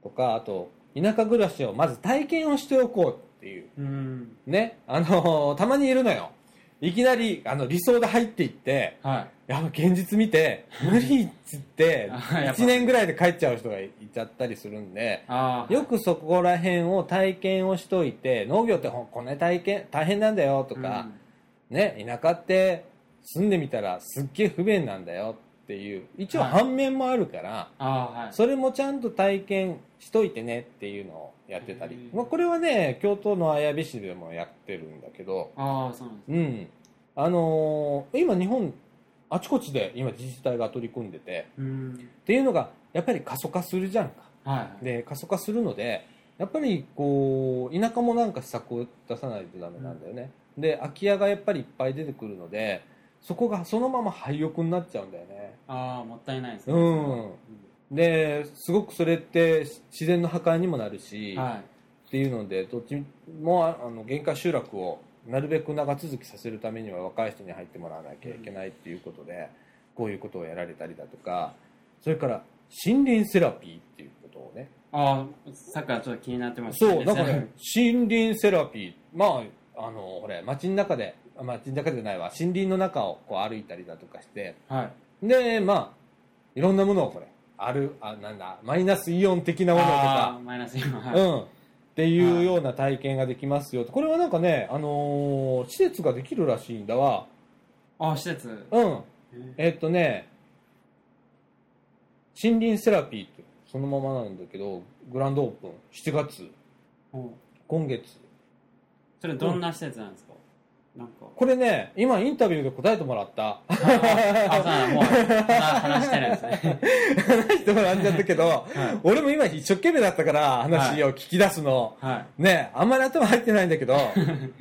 Speaker 1: うとかあと田舎暮らしをまず体験をしておこうっていう
Speaker 2: うん。
Speaker 1: ねあの たまにいるのよいきなりあの理想で入っていって
Speaker 2: はい。
Speaker 1: やっぱ現実見 て無理っつって
Speaker 2: あやっぱ
Speaker 1: 1年ぐらいで帰っちゃう人がいちゃったりするんで
Speaker 2: ああ。
Speaker 1: よくそこら辺を体験をしといて農業ってほんこんな体験大変なんだよとか、ね、田舎って住んでみたらすっげえ不便なんだよっていう一応
Speaker 2: はい
Speaker 1: 反面もあるから、
Speaker 2: ああ、はい。
Speaker 1: それもちゃんと体験しといてねっていうのをやってたり、
Speaker 2: うん
Speaker 1: まあ、これはね京都の綾部市でもやってるんだけど
Speaker 2: ああ、そうなんです。
Speaker 1: うんあのー今日本あちこちで今自治体が取り組んでて
Speaker 2: うん。
Speaker 1: っていうのがやっぱり過疎化するじゃんか
Speaker 2: はい。
Speaker 1: で過疎化するのでやっぱりこう田舎もなんか施策を出さないとダメなんだよね、で空き家がやっぱりいっぱい出てくるのでそこがそのまま廃屋になっちゃうんだよね
Speaker 2: ああ、もったいないですね。
Speaker 1: うんですごくそれって自然の破壊にもなるし、
Speaker 2: はい。
Speaker 1: っていうのでどっちもああの限界集落をなるべく長続きさせるためには若い人に入ってもらわなきゃいけないっていうことで、こういうことをやられたりだとかそれから森林セラピーっていうことをね
Speaker 2: ああ、サッカーちょっと気になってました
Speaker 1: そう、だから、
Speaker 2: ね
Speaker 1: ね、森林セラピー。まあ、あの、ほれ、街の中で、あ街の中じゃないわ、森林の中をこう歩いたりだとかして、
Speaker 2: はい。
Speaker 1: で、まあ、いろんなものをこれ、ある、あ、なんだ、マイナスイオン的なものと
Speaker 2: ああ
Speaker 1: か、
Speaker 2: ー、マイナス今、
Speaker 1: う
Speaker 2: はい。
Speaker 1: ん、っていうような体験ができますよ。これはなんかね、あのー施設ができるらしいんだわ。
Speaker 2: ああ、施設。
Speaker 1: うん。
Speaker 2: え
Speaker 1: えっとね、森林セラピーって、そのままなんだけど、グランドオープン、7月、
Speaker 2: おう
Speaker 1: 今月、
Speaker 2: それどんな施設なんですかなんか。
Speaker 1: これね、今インタビューで答えてもらった。
Speaker 2: あ、そうなんだもう、話話してないですね。
Speaker 1: 話してもらっちゃったけど、
Speaker 2: はい
Speaker 1: 俺も今一生懸命だったから話を聞き出すの。
Speaker 2: はい。
Speaker 1: ね、あんまり頭入ってないんだけ ど、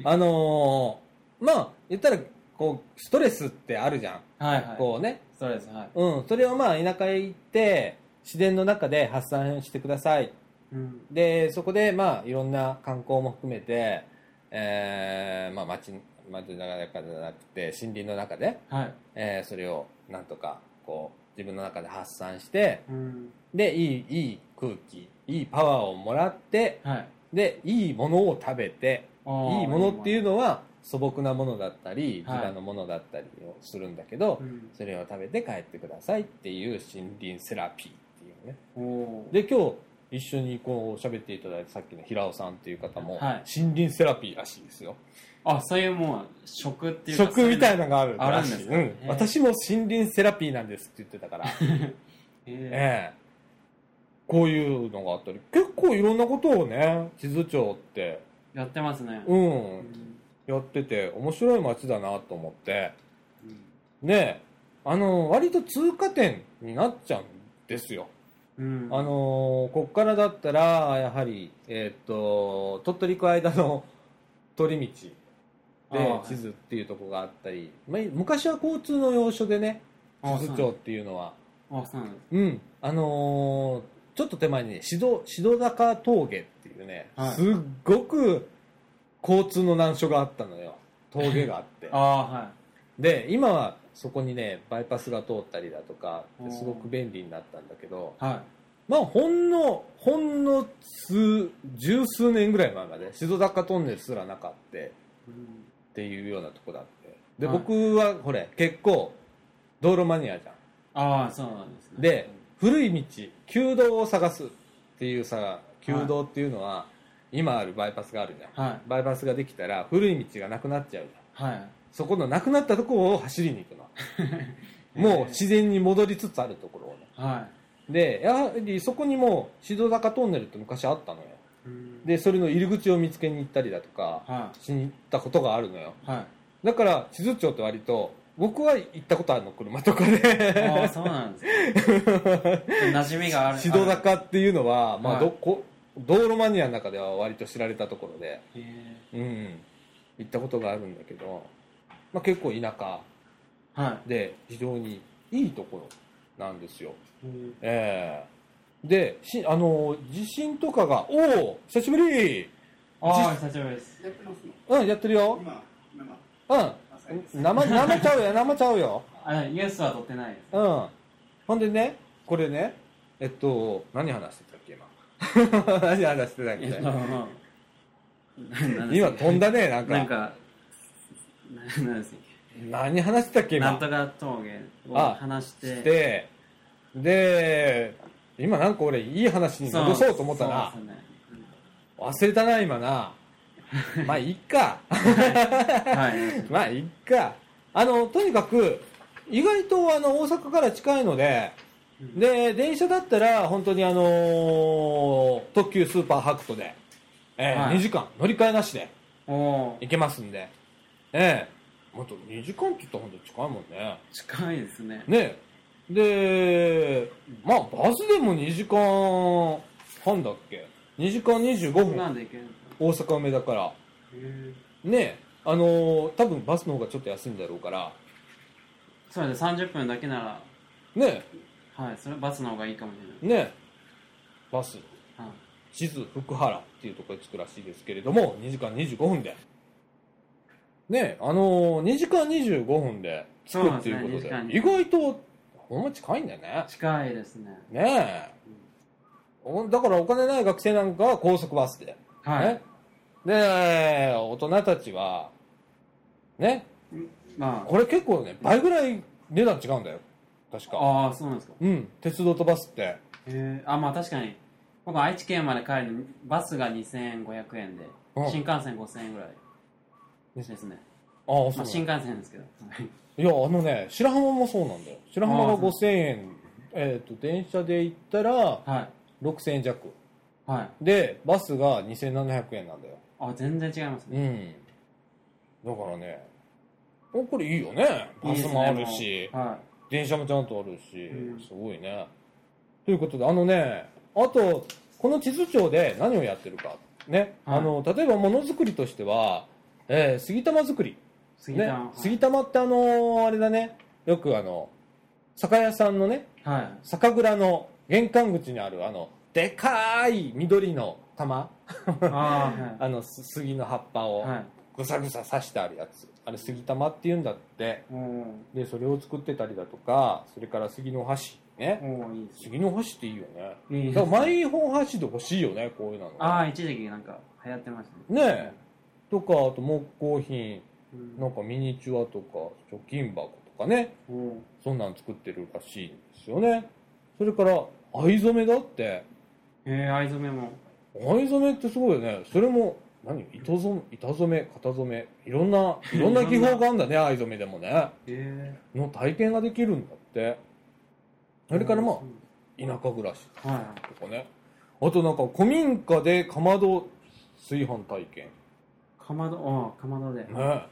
Speaker 1: あのーまあ、言ったら、こう、ストレスってあるじゃん。
Speaker 2: はいはい。
Speaker 1: こうね。
Speaker 2: そうです、はい。
Speaker 1: うん。それをまあ、田舎へ行って、自然の中で発散してください。
Speaker 2: うん。
Speaker 1: で、そこでまあ、いろんな観光も含めて、えー、まあ、街、街の中じゃなくて、森林の中で、
Speaker 2: はい。
Speaker 1: えーそれをなんとかこう自分の中で発散して
Speaker 2: うん。
Speaker 1: でいいいい空気いいパワーをもらって
Speaker 2: はい。
Speaker 1: でいいものを食べていいものっていう
Speaker 2: う。
Speaker 1: のは素朴なものだったり
Speaker 2: はい
Speaker 1: 自我のものだったりをするんだけど、
Speaker 2: うん。
Speaker 1: それを食べて帰ってくださいっていう森林セラピーっていうね
Speaker 2: おおー。
Speaker 1: で今日一緒にこう喋っていただいたさっきの平尾さんっていう方も
Speaker 2: はい
Speaker 1: 森林セラピーらしいですよ、
Speaker 2: あ、そういうもう、食っていうか。
Speaker 1: 食みたいなのがある
Speaker 2: あ
Speaker 1: ら
Speaker 2: るん
Speaker 1: し
Speaker 2: で
Speaker 1: い
Speaker 2: す
Speaker 1: う
Speaker 2: か
Speaker 1: ん
Speaker 2: へー
Speaker 1: 私も森林セラピーなんですって言ってた から
Speaker 2: そういうの。え
Speaker 1: ええこういうのがあったり結構いろんなことをね地図庁って
Speaker 2: えやってますね。
Speaker 1: う
Speaker 2: うんん。
Speaker 1: やってて面白い街だなと思って
Speaker 2: うん
Speaker 1: ねえあの割と通過点になっちゃうんですよ、
Speaker 2: うん。
Speaker 1: あのこっからだったらやはり、えーっと鳥取区間の通り道で
Speaker 2: あー
Speaker 1: 地図っていうとこがあったり、まあ昔は交通の要所でね
Speaker 2: あ
Speaker 1: 地図
Speaker 2: そう
Speaker 1: 庁っていうのは
Speaker 2: なんあ、そうなんです。
Speaker 1: うん、あのーちょっと手前にね、指導、指導坂峠っていうね、
Speaker 2: はい
Speaker 1: すっごく交通の難所があったのよ。峠があって
Speaker 2: あ。あ、は
Speaker 1: で、今はそこにね、バイパスが通ったりだとか
Speaker 2: お、ー
Speaker 1: すごく便利になったんだけど、
Speaker 2: い。はい。
Speaker 1: まあ、ほんの、ほんの数、十数年ぐらい前まで、指導坂トンネルすらなかったっ
Speaker 2: うん
Speaker 1: ていうようなとこだって。で、
Speaker 2: はい
Speaker 1: 僕は、ほれ、結構、道路マニアじゃん。
Speaker 2: ああ、そうなんですね。
Speaker 1: で、古い道旧道を探すっていうさ旧道っていうのは、今あるバイパスがあるじゃん
Speaker 2: はい。
Speaker 1: バイパスができたら古い道がなくなっちゃうじゃん
Speaker 2: はい。
Speaker 1: そこのなくなったところを走りに行くのもう自然に戻りつつあるところをね
Speaker 2: は
Speaker 1: でやはりそこにも静坂トンネルって昔あったのよ
Speaker 2: い。
Speaker 1: でそれの入り口を見つけに行ったりだとか
Speaker 5: は
Speaker 1: しに行ったことがあるのよ
Speaker 5: い。はい。
Speaker 1: だから地図帳って割と僕は行ったことあるの車とかで
Speaker 2: ああ、 そうなんですね。馴染みがある。
Speaker 1: 指導坂っていうのは、まあ
Speaker 2: はい
Speaker 1: どこ道路マニアの中では割と知られたところで、
Speaker 2: へえ
Speaker 1: うん、行ったことがあるんだけど、まあ、結構田舎
Speaker 2: は
Speaker 1: で非常にいいところなんですよ、
Speaker 2: い。うん
Speaker 1: ええでしあの地震とかが「おお久しぶり!
Speaker 2: ああ、久しぶりです。
Speaker 7: やってますの」
Speaker 1: うんやってるよ
Speaker 7: 今、今、
Speaker 1: うん
Speaker 7: 朝です。
Speaker 1: 生生ちゃうよ生ちゃうよ
Speaker 2: あ、ニュースは撮ってないです。
Speaker 1: うんほんでねこれねえっと何話してたっけ今何話してたっ
Speaker 2: えっと、
Speaker 1: け
Speaker 2: なんです
Speaker 1: 今飛んだねなんか
Speaker 2: なんか、ななんですね。
Speaker 1: 何話してたっけ
Speaker 2: な
Speaker 1: 今
Speaker 2: んとか峠を話して、
Speaker 1: でで今なんか俺いい話に戻そうと思ったな
Speaker 2: そうです
Speaker 1: 忘れたな今 なまあいっか
Speaker 2: ねはい。
Speaker 1: まあいっかあのとにかく意外とあの大阪から近いのでで電車だったら本当にあのー特急スーパーハクトで、えー
Speaker 2: はい
Speaker 1: 2時間乗り換えなしで
Speaker 2: おお ー
Speaker 1: 行けますんでええもっと2時間って言ったら本当近いもんね
Speaker 2: 近いですね。
Speaker 1: ねでまあバスでも2時間半だっけ2時間25
Speaker 2: こんな
Speaker 1: 分
Speaker 2: んで行けるの
Speaker 1: 大阪梅だから
Speaker 2: へえ
Speaker 1: ねあのー多分バスの方がちょっと安いんだろうから
Speaker 2: そうですね、30分だけな
Speaker 1: ね
Speaker 2: ら、はい、それバスの方がいいかもしれない。
Speaker 1: ねバス
Speaker 2: はい
Speaker 1: 地図福原っていうところに着くらしいですけれども2時間25分でねあのー、2時間25分で着くっていうことで
Speaker 2: そうなんですね
Speaker 1: 意外とほんま近いんだよね
Speaker 2: 近いですね。
Speaker 1: ねえおだからお金ない学生なんかは高速バスで、
Speaker 2: はい
Speaker 1: ね。で大人たちはね
Speaker 2: ま
Speaker 1: これ結構ね倍ぐらい値段違うんだよ確
Speaker 2: あ、
Speaker 1: か
Speaker 2: ああ、そうなんですか。
Speaker 1: うん鉄道とバスって
Speaker 2: へえあ、まあ確かに。僕、愛知県まで帰るのバスが2500円で、
Speaker 1: うん
Speaker 2: 新幹線5000円ぐらいですね。
Speaker 1: ああそうな
Speaker 2: まあ
Speaker 1: んだ
Speaker 2: 新幹線ですけど。はい
Speaker 1: いや、あのね、白浜もそうなんだよ。白浜
Speaker 2: あ
Speaker 1: が
Speaker 2: ーそう
Speaker 1: 5000円、えっ、と、電車で行ったら
Speaker 2: はい。
Speaker 1: 6000円弱。
Speaker 2: はい。
Speaker 1: で、バスが2700円なんだよ。
Speaker 2: あ、全然違います
Speaker 1: う
Speaker 2: ね。
Speaker 1: ん。だからね、おこれいいよね。バスもあるし、
Speaker 2: いいですねもうは
Speaker 1: 電車もちゃんとあるし、
Speaker 2: うん
Speaker 1: すごいね。ということで、あのね、あと、この地図帳で何をやってるか。ね、
Speaker 2: はい
Speaker 1: あの、例えばものづくりとしては、えー、杉玉作り。
Speaker 2: い。杉
Speaker 1: ね
Speaker 2: 田、は、い
Speaker 1: 杉玉ってあのーあれだねよくあの酒屋さんのね
Speaker 2: はい。
Speaker 1: 酒蔵の玄関口にあるあのでかい緑の玉
Speaker 2: ああ、はい。
Speaker 1: あのす杉の葉っぱを
Speaker 2: はい。
Speaker 1: ぐさぐさ刺してあるやつ、あれ杉玉って言うんだって
Speaker 2: おお
Speaker 1: でそれを作ってたりだとかそれから杉の箸ね
Speaker 2: おおいいですね。
Speaker 1: 杉の箸っていいよね
Speaker 2: いい
Speaker 1: だ
Speaker 2: で
Speaker 1: から
Speaker 2: すね
Speaker 1: マイホン箸で欲しいよねこういうの
Speaker 2: ああ、一時期なんか流行ってましたね。
Speaker 1: ねえとかあと木工品
Speaker 2: うん
Speaker 1: なんかミニチュアとか貯金箱とかね
Speaker 2: おお
Speaker 1: そんなん作ってるらしいんですよね。それから、藍染めだって、
Speaker 2: えー、藍染めも。
Speaker 1: 藍染めってすごいよね。それも、何糸染め、板染め、型染め、いろんな、いろんな技法があるんだね、藍染めでもね。
Speaker 2: え
Speaker 1: の体験ができるんだって。
Speaker 2: え
Speaker 1: それからまあ、田舎暮らし
Speaker 2: はいはい。
Speaker 1: とかね。あとなんか、古民家でかまど炊飯体験。
Speaker 2: かまど、ああ、かまどで。
Speaker 1: ね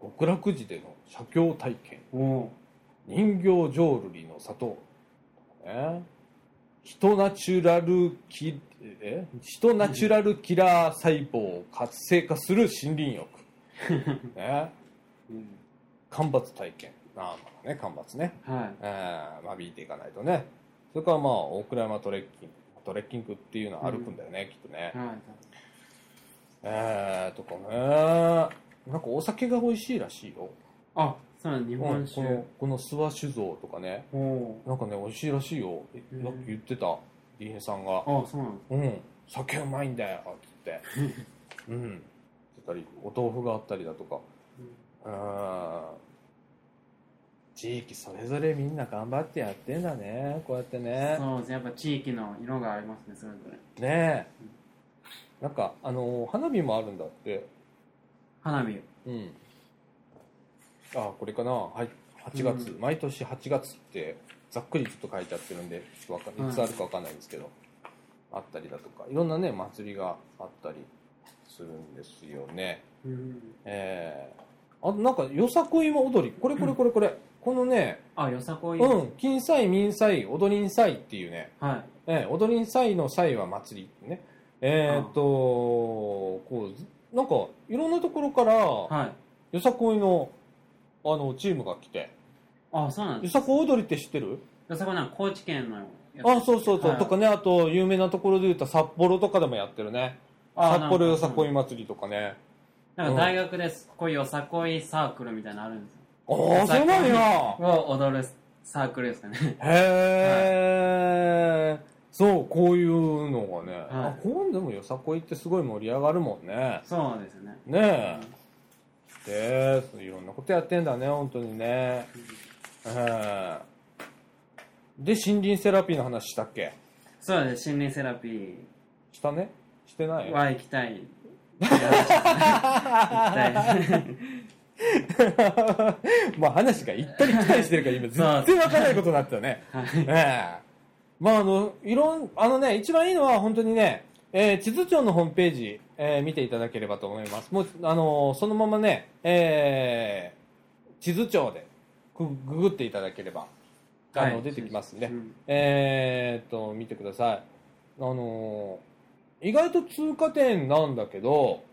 Speaker 1: 極楽寺での写経体験。
Speaker 2: おお
Speaker 1: 人形浄瑠璃の里、ね、ヒトナチュラルキえヒトナチュラルキラー細胞を活性化する森林浴、 ね、
Speaker 2: うん
Speaker 1: 間伐体験ああね間伐ね、
Speaker 2: はい。
Speaker 1: えー、間引いていかないとねそれからまあ大倉山トレッキングトレッキングっていうのは歩くんだよね、きっとね、
Speaker 2: はい。
Speaker 1: えー、とかねなんかお酒が美味しいらしいよ、
Speaker 2: あ、そうなん日
Speaker 1: う
Speaker 2: 本
Speaker 1: ん、
Speaker 2: 酒
Speaker 1: こ。のこの諏訪酒造とかね
Speaker 2: おお
Speaker 1: なんかね、美味しいらしいよ。
Speaker 2: うん
Speaker 1: なんか言ってた、議員さんが。
Speaker 2: ああ、そうなんです
Speaker 1: うん、酒うまいんだよ、って言って。 うん。言ってたり、お豆腐があったりだとか。うん。地域それぞれみんな頑張ってやってんだね、こうやってね。
Speaker 2: そうですね。やっぱ地域の色がありますね、それぞれ。
Speaker 1: ねえ。なんか、あのー花火もあるんだって。
Speaker 2: 花火。
Speaker 1: うん。あ、これかな。はい。8月、
Speaker 2: う
Speaker 1: 毎年8月って、ざっくりちょっと書いてあってるんで、ちょっとわかいつあるかわかんないんですけど、あったりだとかいろんなね祭りがあったりするんですよね
Speaker 2: うん
Speaker 1: えー、あとなんかよさこいも踊りこれこれこれこれ、このね
Speaker 2: あ、よさこい。
Speaker 1: うん金祭民祭踊りん祭っていうね、
Speaker 2: はい。
Speaker 1: えー、踊りん祭の祭は祭りってねえー、っとこうなんかいろんなところから
Speaker 2: はい。
Speaker 1: よさこいのあのチームが来て
Speaker 2: あ、そうなんで
Speaker 1: よ
Speaker 2: す。
Speaker 1: さこい踊りって知ってる
Speaker 2: よさこいなんか高知県のやつ
Speaker 1: あ、そうそうそう。
Speaker 2: はい
Speaker 1: とかね、あと、有名なところで言うと札幌とかでもやってるね。
Speaker 2: あ
Speaker 1: 札幌よさこ
Speaker 2: う
Speaker 1: い
Speaker 2: ん
Speaker 1: 祭りとかね。
Speaker 2: なんか大学ですこういうよさこいサークルみたいなのあるんですよ。
Speaker 1: おー、そうなんや。
Speaker 2: を踊るサークルですかね。
Speaker 1: へー。そう、こういうのがね。
Speaker 2: はい
Speaker 1: あ、こうでもよさこいってすごい盛り上がるもんね。
Speaker 2: そうですね。
Speaker 1: ねえ。で、いろんなことやってんだね、本当にね。うんで、森林セラピーの話したっけ
Speaker 2: そうです。心理セラピ
Speaker 1: したねしてない
Speaker 2: ーは行きたい。行きたいです ね
Speaker 1: まあ話が行ったり来たりしてるから今全然分からないことになったね。ええまああの、いろん、あのね、一番いいのは本当にね、えー地図庁のホームページ、えー見ていただければと思います。もう、あのーそのままね、えー地図庁でくググっていただければ、あの、
Speaker 2: はい
Speaker 1: 出てきますんで、
Speaker 2: うん
Speaker 1: えーっと、見てください。あのー意外と通過点なんだけど、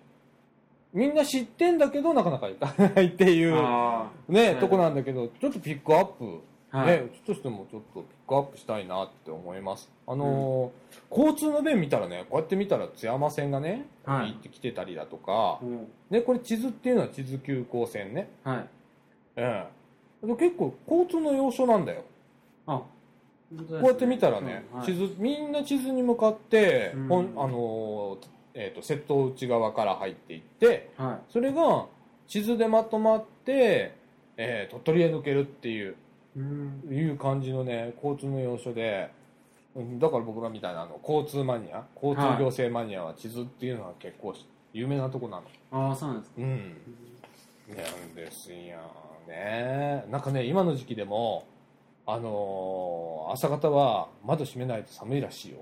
Speaker 1: みんな知ってんだけど、なかなか行かないっていう。
Speaker 2: あ
Speaker 1: ね、
Speaker 2: い
Speaker 1: とこなんだけど、ちょっとピックアップ、
Speaker 2: あ。はい。
Speaker 1: ね、うちとしてもちょっとピックアップしたいなって思います。あのー交通の便見たらね、こうやって見たら津山線がね、
Speaker 2: はい
Speaker 1: 行ってきてたりだとか
Speaker 2: う、ん
Speaker 1: ね、これ地図っていうのは地図急行線ね。
Speaker 2: はい。
Speaker 1: ええで結構交通の要所なんだよ。
Speaker 2: あ、こ
Speaker 1: こうやって見たらね、地図、みんな地図に向かって、
Speaker 2: うん
Speaker 1: ほんあのーえっ、と、瀬戸内側から入っていって、
Speaker 2: は
Speaker 1: それが地図でまとまって、えー鳥取へ抜けるっていう、
Speaker 2: い。うん
Speaker 1: いう感じのね、交通の要所で、うんだから僕らみたいなあの交通マニア、交通行政マニアは地図っていうのは結構有名なとこなの。
Speaker 2: ああ、そうなんですか。
Speaker 1: うん。なんですよね。なんかね、今の時期でも、あのー朝方は窓閉めないと寒いらしいよ。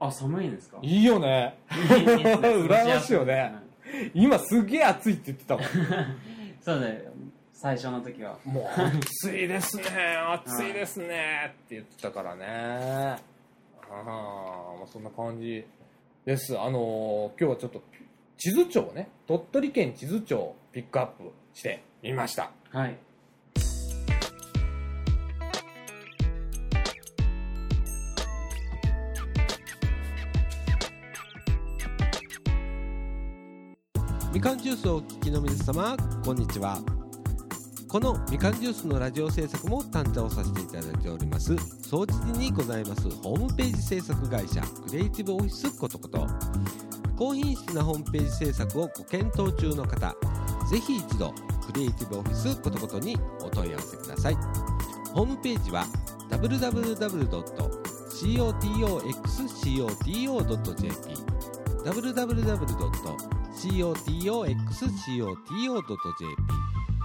Speaker 2: あ、寒いんですか
Speaker 1: いいよね。
Speaker 2: 羨
Speaker 1: 羨ましいよね。今すげえ暑いって言ってたもん。
Speaker 2: そうだよ。最初の時は。
Speaker 1: もう暑いですね、暑いですねって言ってたからね。ああ、まあ、そんな感じです。あのー今日はちょっと地図庁をね、鳥取県地図庁をピックアップしてみました。
Speaker 2: はい。
Speaker 8: みかんジュースをお聞きの皆様こんにちはこのみかんジュースのラジオ制作も担当させていただいております総知事にございますホームページ制作会社クリエイティブオフィスことこと高品質なホームページ制作をご検討中の方ぜひ一度クリエイティブオフィスことことにお問い合わせくださいホームページは www.cotoxcoto.jp www. cotoxcoto.jp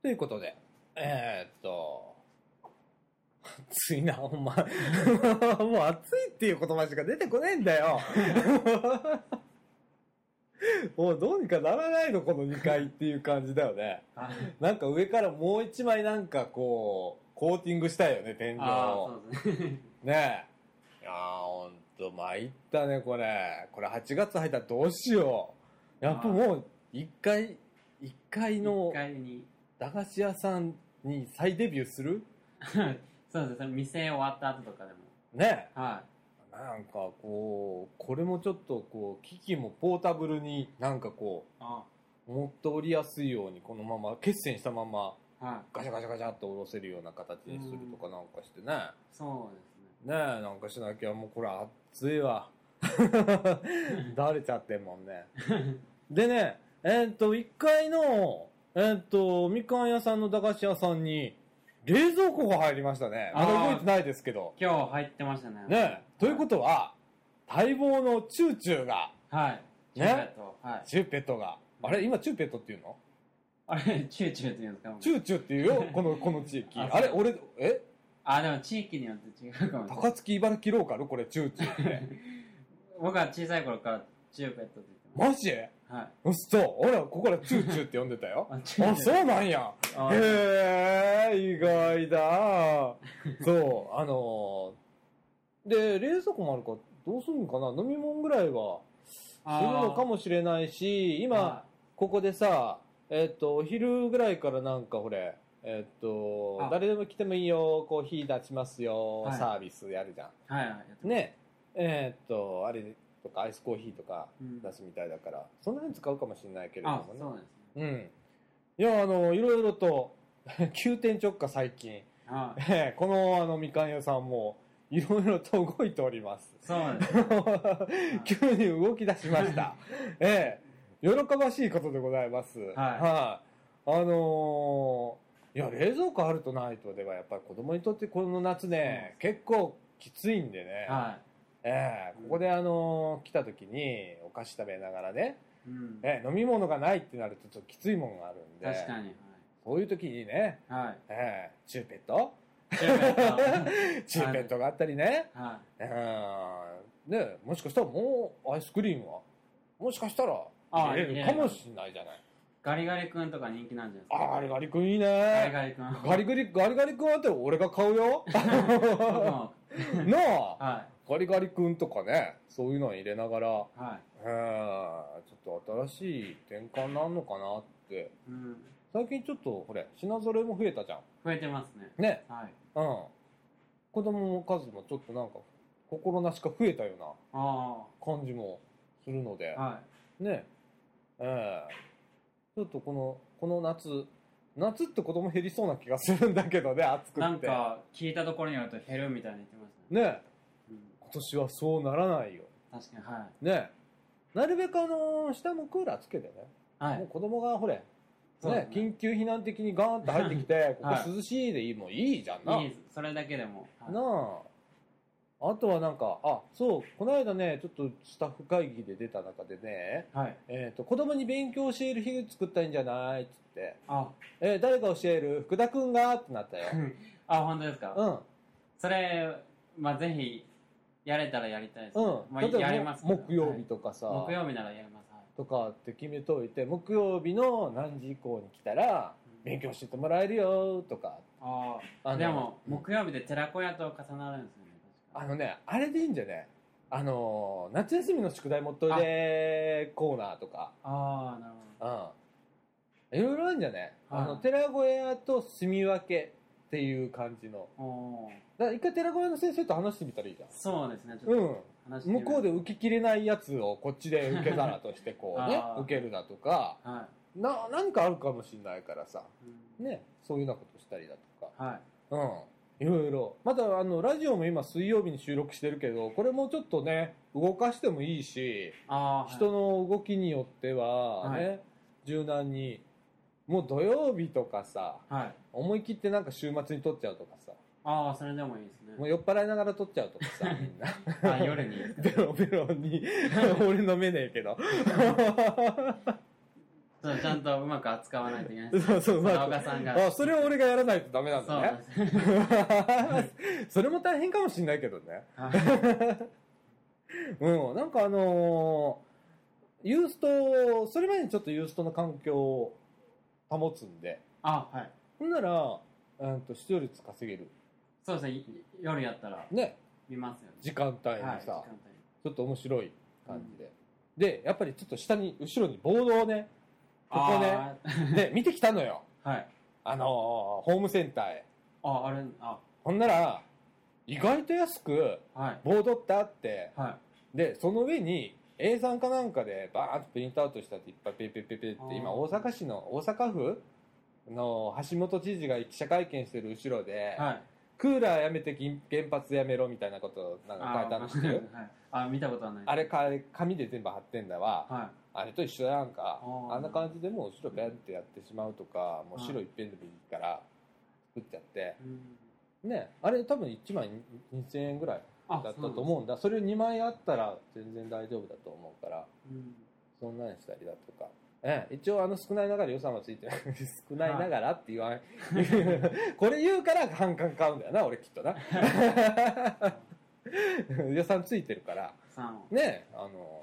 Speaker 1: ということで、えーっと、暑いな、ほんま。 もう暑いっていう言葉しか出てこねえんだよ。 もうどうにかならないのこの2階っていう感じだよね。なんか上からもう一枚なんかこう、コーティングしたいよね、天井
Speaker 2: ああ、
Speaker 1: を。
Speaker 2: そうですね。
Speaker 1: ねえ。いやー、ほんと、参ったね、これ。これ8月入ったらどうしよう。やっぱもう、1階、1階の
Speaker 2: 1階に。
Speaker 1: 駄菓子屋さんに再デビューする
Speaker 2: そうですね。店終わった後とかでも。
Speaker 1: ね
Speaker 2: は
Speaker 1: え。なんかこう、これもちょっとこう、機器もポータブルになんかこう、
Speaker 2: い。あ
Speaker 1: 持っておりやすいようにこのまま決線したまま
Speaker 2: はい。
Speaker 1: ガチャガチャガチャっと下ろせるような形にするとかなんかしてね、
Speaker 2: そうですね。
Speaker 1: ねえなんかしなきゃもうこれ熱いわだれちゃってんもんねでねえーっと1階のえーっとみかん屋さんの駄菓子屋さんに冷蔵庫が入りましたねまだ動いてないですけど
Speaker 2: 今日入ってましたね。
Speaker 1: ねえということは待望のチューチューが
Speaker 2: はい。チューペット。はい。
Speaker 1: チューペットがあれ今チューペットっていうの
Speaker 2: あれ、チューチューって言うんですか
Speaker 1: チューチューっていう よ、この、この地域。あ
Speaker 2: あ
Speaker 1: れ、俺、え
Speaker 2: あ、でも地域によって違うかもしれない。
Speaker 1: 高槻茨城ローカルこれ、チューチューって。
Speaker 2: 僕は小さい頃からチューペットって言ってま
Speaker 1: マジ
Speaker 2: す。はい。
Speaker 1: うっそ。俺はここらチューチューって呼んでた よ。
Speaker 2: あ
Speaker 1: あ、
Speaker 2: チューチュー
Speaker 1: そうなんや。
Speaker 2: あ
Speaker 1: へえ、意外だ。そう、あのーで、冷蔵庫もあるから、どうするのかな飲み物ぐらいは、するのかもしれないし、今、ここでさ、えっと、お昼ぐらいからなんかほれ、えっと
Speaker 2: あ、
Speaker 1: 誰でも来てもいいよ、コーヒー出しますよ、
Speaker 2: はい
Speaker 1: サービスやるじゃん。
Speaker 2: はいはい、やってます。
Speaker 1: ねえーっとあれとかアイスコーヒーとか
Speaker 2: うん
Speaker 1: 出すみたいだから、そんなに使うかもしれないけれど
Speaker 2: あ、
Speaker 1: も
Speaker 2: そう
Speaker 1: ね
Speaker 2: なんですね。
Speaker 1: うんいやあのいろいろと 急転直下最近、
Speaker 2: はい。
Speaker 1: ええこのあのみかん屋さんもいろいろと動いており ます
Speaker 2: そ うですね。
Speaker 1: 急に動き出しま した。ええ、喜ばしいことでございます。はいあ、のーいや、冷蔵庫あるとないとでは、やっぱり子供にとってこの夏ね、結構きついんでね、
Speaker 2: は
Speaker 1: ええ、ここであのー来た時にお菓子食べながらね、
Speaker 2: い。うん。
Speaker 1: ええ飲み物がないってなるとちょっときついもんがあるんで、
Speaker 2: 確かに。
Speaker 1: そういう時にね、
Speaker 2: はい。はい
Speaker 1: ええ、チューペット
Speaker 2: チューペッ
Speaker 1: チューペットがあったりね、
Speaker 2: ト。はい。
Speaker 1: うんねもしかしたらもうアイスクリームはもしかしたら
Speaker 2: あ
Speaker 1: 入れ
Speaker 2: 入れ
Speaker 1: る
Speaker 2: る
Speaker 1: かもしれないじゃない
Speaker 2: ガリガリ君とか人気なんじゃないです
Speaker 1: あ
Speaker 2: か。
Speaker 1: ーガリガリ君いい
Speaker 2: ガリ
Speaker 1: ね
Speaker 2: ガリ君。
Speaker 1: ガリガリガリガリ君って俺が買うよ
Speaker 2: 僕も
Speaker 1: なあ
Speaker 2: は
Speaker 1: ガリガリ君とかねそういうのを入れながら
Speaker 2: い。はい。
Speaker 1: うんちょっと新しい転換なんのかなって
Speaker 2: うん。
Speaker 1: 最近ちょっとこれ品揃えも増えたじゃん
Speaker 2: 増えてますね。
Speaker 1: ね
Speaker 2: はい。
Speaker 1: うん子供の数もちょっとなんか心なしか増えたような
Speaker 2: あ
Speaker 1: 感じもするので
Speaker 2: あ。は
Speaker 1: ねええちょっとこのこの夏夏って子供減りそうな気がするんだけどね 暑
Speaker 2: い。
Speaker 1: く
Speaker 2: なん
Speaker 1: ってね
Speaker 2: か、聞いたところによると減るみたいに言ってましたね。
Speaker 1: え
Speaker 2: うん。
Speaker 1: 今年はそうならないよ
Speaker 2: 確かに、はい。
Speaker 1: ねえなるべくあの下もクーラーつけてね、
Speaker 2: は
Speaker 1: もう
Speaker 2: い。
Speaker 1: 子供がほれ、ね
Speaker 2: そうですね
Speaker 1: 緊急避難的にガーンって入ってきてこ
Speaker 2: はい
Speaker 1: こ涼しいでいいもんいいじゃんない
Speaker 2: いです。それだけでも。はい
Speaker 1: なああとはなんかあそうこの間ねちょっとスタッフ会議で出た中でね、
Speaker 2: はい。
Speaker 1: えー、と子供に勉強教える日作ったらいいんじゃないっつって
Speaker 2: あ、
Speaker 1: えー誰が教える福田くんがってなったよ。
Speaker 2: あ、本当ですか。
Speaker 1: うん。
Speaker 2: それ、まあ、ぜひ、やれたらやりたいです、ね。
Speaker 1: うん。
Speaker 2: まあ、
Speaker 1: 例えば
Speaker 2: やりますけど
Speaker 1: 木曜日とかさ、
Speaker 2: はい木曜日ならやります。はい
Speaker 1: とかって決めといて、木曜日の何時以降に来たら、勉強しててもらえるよとか。
Speaker 2: あ
Speaker 1: あ
Speaker 2: あ。
Speaker 1: の
Speaker 2: でも、
Speaker 1: うん
Speaker 2: 木曜日で寺子屋と重なるんですよね。
Speaker 1: あのね、あれでいいんじゃねあのー、夏休みの宿題持っといでコーナーとか。
Speaker 2: ああ、なるほ
Speaker 1: うん。いろいろあるんじゃね
Speaker 2: はい
Speaker 1: あの、寺小屋と住み分けっていう感じの。
Speaker 2: ど。おー
Speaker 1: だから一回寺小屋の先生と話してみたらいいじゃん。
Speaker 2: そうですね。ちょっ
Speaker 1: うん
Speaker 2: と。話して
Speaker 1: 向
Speaker 2: みる
Speaker 1: こうで受けきれないやつをこっちで受け皿としてこうね
Speaker 2: あー
Speaker 1: 受けるだとか
Speaker 2: は
Speaker 1: な何かあるかもしれないからさ
Speaker 2: い。うん
Speaker 1: ねそういうようなことしたりだとか
Speaker 2: はい。
Speaker 1: うんいろいろまたあのラジオも今水曜日に収録してるけどこれもちょっとね動かしてもいいし
Speaker 2: ああ、はい
Speaker 1: 人の動きによってはね、
Speaker 2: は
Speaker 1: 柔軟にもう土曜日とかさ
Speaker 2: はい。
Speaker 1: 思い切ってなんか週末に撮っちゃうとかさ
Speaker 2: ああ、それでもいいですね。
Speaker 1: もう酔っ払いながら撮っちゃうとかさみ んな
Speaker 2: あ夜にですか。
Speaker 1: ベロベロに俺飲めねえけど
Speaker 2: そうちゃんとうまく扱わないといけないです。
Speaker 1: そうそううまく
Speaker 2: 長岡さんが
Speaker 1: あそれを俺がやらないとダメなん
Speaker 2: そう
Speaker 1: だ
Speaker 2: で
Speaker 1: ね
Speaker 2: すね。
Speaker 1: それも大変かもしんないけどね
Speaker 2: はい
Speaker 1: うんなんかあのーユースト、それまでにちょっとユーストの環境を保つんで、
Speaker 2: あ、はい。
Speaker 1: ほんなら、うんと、視聴率稼げる。
Speaker 2: そうですね、い夜やったら
Speaker 1: ね、
Speaker 2: 見ますよね。
Speaker 1: 時間帯に
Speaker 2: はい、時
Speaker 1: さ、
Speaker 2: 間帯
Speaker 1: ちょっと面白い感じで。で、やっぱりちょっと下に、後ろにボードをね、ここね、
Speaker 2: あー
Speaker 1: で、見てきたのよ。
Speaker 2: はい。
Speaker 1: あのーホームセンターへ。
Speaker 2: あ、あれ、あ、
Speaker 1: ほんなら、意外と安く、
Speaker 2: はい。
Speaker 1: ボードってあって、
Speaker 2: は
Speaker 1: で、その上に、A3 かなんかでバーンとプリントアウトしたっていっぱいペペペペって、今
Speaker 2: あー
Speaker 1: 大阪市の、大阪府の橋本知事が記者会見してる後ろで、
Speaker 2: い。はい。
Speaker 1: クーラーやめて銀原発やめろみたいなことなんか書いてあるの知ってる
Speaker 2: はい。あ、見たことはない。
Speaker 1: あれか、紙で全部貼ってんだわ。
Speaker 2: はい。
Speaker 1: あれと一緒やんか
Speaker 2: あ。ー
Speaker 1: あんな感じでもう後ろベンってやってしまうとか、もう白一遍でもいいから、作っちゃって。
Speaker 2: うん
Speaker 1: ね、あれ多分1枚2000円ぐらいだ
Speaker 2: あ
Speaker 1: ったと思うんだ。それ2枚あったら全然大丈夫だと思うから。
Speaker 2: うなんです。
Speaker 1: そんなにしたりだとか。ええ、一応あの少ないながら予算はついてない 少ないながらって言わん これ言うから反感買うんだよな俺きっとな 予算ついてるから
Speaker 2: うん。さんを。
Speaker 1: ねえあの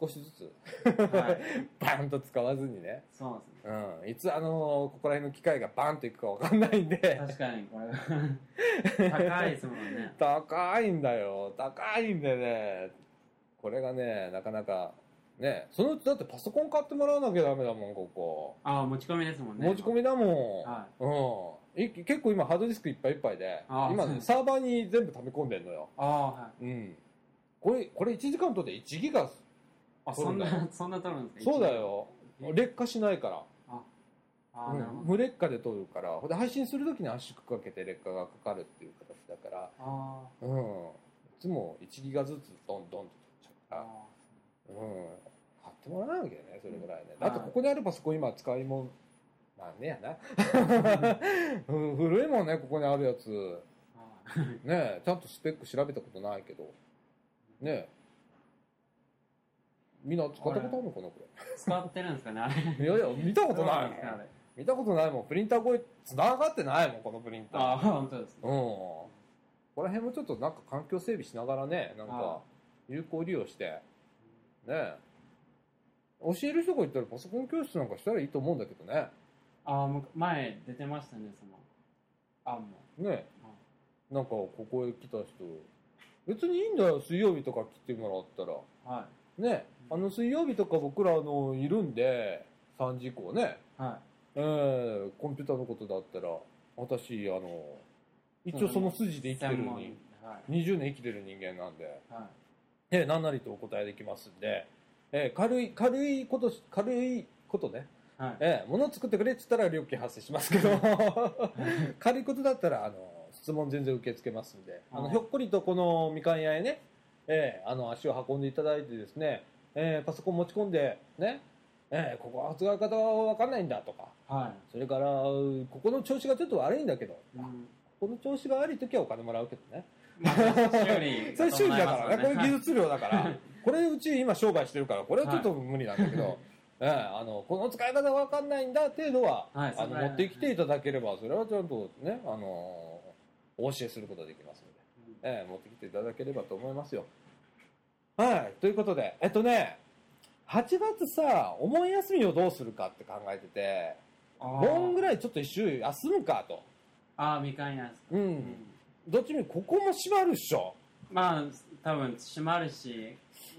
Speaker 1: 少しずつ
Speaker 2: はい。
Speaker 1: バーンと使わずにね、
Speaker 2: そうですね。
Speaker 1: うん、いつあのここら辺の機械がバーンといくか分かんないんで
Speaker 2: 確かに、これ高いですもんね。
Speaker 1: 高いんだよ高いんでねこれがねなかなかねそのうちだってパソコン買ってもらわなきゃダメだもんここ
Speaker 2: あ、持ち込みですもんね。
Speaker 1: 持ち込みだもん、
Speaker 2: は
Speaker 1: うん、い結構今ハードディスクいっぱいいっぱいで
Speaker 2: ああ
Speaker 1: 今
Speaker 2: そう
Speaker 1: ね
Speaker 2: です
Speaker 1: サーバーに全部溜め込んでんのよ、
Speaker 2: ああ、はい。
Speaker 1: うん、これこれ1時間とって1ギガ
Speaker 2: あ、
Speaker 1: 撮る
Speaker 2: そ
Speaker 1: ん
Speaker 2: ん
Speaker 1: だ
Speaker 2: な、そんな撮るんですか
Speaker 1: そうだ。よ
Speaker 2: え
Speaker 1: 劣化しないから
Speaker 2: ああ、
Speaker 1: うん
Speaker 2: なるほど。
Speaker 1: 無劣化で撮るからほんで配信するときに圧縮かけて劣化がかかるっていう形だから、
Speaker 2: あ
Speaker 1: うん、いつも1ギガずつどんどんと撮っち
Speaker 2: あ
Speaker 1: ゃう
Speaker 2: あ
Speaker 1: から、うん、買ってもらわなきゃねそれぐらいね、だってここにあるパソコン今使いもんなんねやな、 うん、古いもんねここにあるやつ
Speaker 2: ああ
Speaker 1: ねえちゃんとスペック調べたことないけどねえみんな使ったことあるのかなこ
Speaker 2: 使ってるんですかね、あれ。
Speaker 1: れいやいや 見たことな
Speaker 2: どうなんで
Speaker 1: い
Speaker 2: すか
Speaker 1: も
Speaker 2: あ
Speaker 1: ん
Speaker 2: れ
Speaker 1: 見たことないもんプリンターこれ繋がってないもんこのプリンター
Speaker 2: ああ、本当です
Speaker 1: うん
Speaker 2: ね。
Speaker 1: ここら辺もちょっとなんか環境整備しながらねなんか
Speaker 2: あ
Speaker 1: 有効利用してねえ教える人がいたらパソコン教室なんかしたらいいと思うんだけどね
Speaker 2: ああ、む前出てましたね、その。あも
Speaker 1: ねえなんかここへ来た人別にいいんだよ水曜日とか来てもらったら
Speaker 2: う。は
Speaker 1: ね、あの水曜日とか僕らあのいるんで3時以降ね、
Speaker 2: い。は
Speaker 1: えーコンピューターのことだったら私あの一応その筋で
Speaker 2: い。
Speaker 1: 生きてるの
Speaker 2: 専
Speaker 1: に
Speaker 2: 門はい。
Speaker 1: 20年生きてる人間なんで、
Speaker 2: はい。
Speaker 1: えー何なりとお答えできますんで、えー軽い軽いことし軽いことね、
Speaker 2: はい。
Speaker 1: えー物を作ってくれって言ったら料金発生しますけ ど軽いことだったらあの質問全然受け付けますんであの
Speaker 2: はい
Speaker 1: ひょっこりとこのみかん屋へね、えーあの足を運んでいただいてですね、えーパソコン持ち込んでね、えーここは扱い方は分かんないんだとか
Speaker 2: は
Speaker 1: それからここの調子がちょっと悪いんだけど
Speaker 2: い。うん。
Speaker 1: この調子が悪い時はお金もらうけどね
Speaker 2: まあ、修理。
Speaker 1: それ修理だからね、これ技
Speaker 2: 術。
Speaker 1: 術量だから、これうち今商売してるから、これはちょっと無理なんだけど、ええあのこの使い方がわかんないんだ程度は、
Speaker 2: はい
Speaker 1: あ
Speaker 2: そ
Speaker 1: の
Speaker 2: れは
Speaker 1: 持ってきていただければ、それはちゃんとね、あのお教えすることができますので、ええ持ってきていただければと思いますよ。はい、ということで、えっとね、8月さ、お盆休みをどうするかって考えてて、盆ぐ
Speaker 2: い。
Speaker 1: らいちょっと一周休むかと。
Speaker 2: ああ、みかん屋ですか。
Speaker 1: う。
Speaker 2: うんん
Speaker 1: どっちみここも閉まるっしょ。
Speaker 2: まあ、多分閉まるし、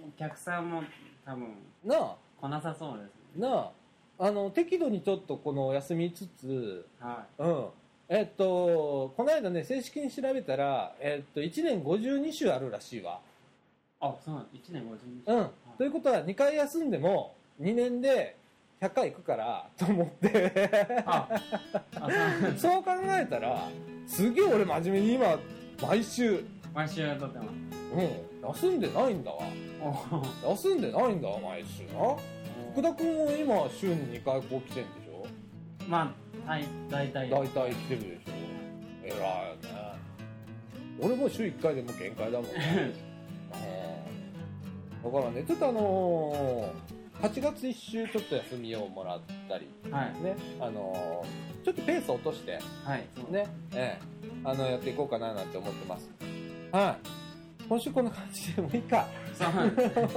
Speaker 2: お客さんも多分
Speaker 1: なあ。
Speaker 2: 来なさそうですね。
Speaker 1: なあ、あの、適度にちょっとこの休みつつ、
Speaker 2: は
Speaker 1: うん。えっと、この間ね、正式に調べたら、えっと、1年52週あるらしいわ。
Speaker 2: い。あ、そうなんです。1年52
Speaker 1: うん。
Speaker 2: はい
Speaker 1: ということは、2回休んでも、2年で100回行くから、と思って。
Speaker 2: あ、あ、そう
Speaker 1: そう考えたら、すげえ俺真面目に今、毎週、うん、
Speaker 2: 毎週撮ってます。
Speaker 1: 休んでないんだわ。
Speaker 2: おお。
Speaker 1: 休んでないんだわ、毎週な。福田君も今、週に2回こう来てんでしょ
Speaker 2: まあ、はい、大体。
Speaker 1: 大体来てるでしょ偉いよね俺も週1回でもう限界だもんねうんだからねちょっとあのー、8月1週ちょっと休みをもらったり
Speaker 2: はい、
Speaker 1: ねあのー、ちょっとペース落として
Speaker 2: はい、そう。
Speaker 1: ね、ええ、あのやっていこうかななんて思ってますはい今週こんな感じでもういいか。
Speaker 2: そうなんです。はい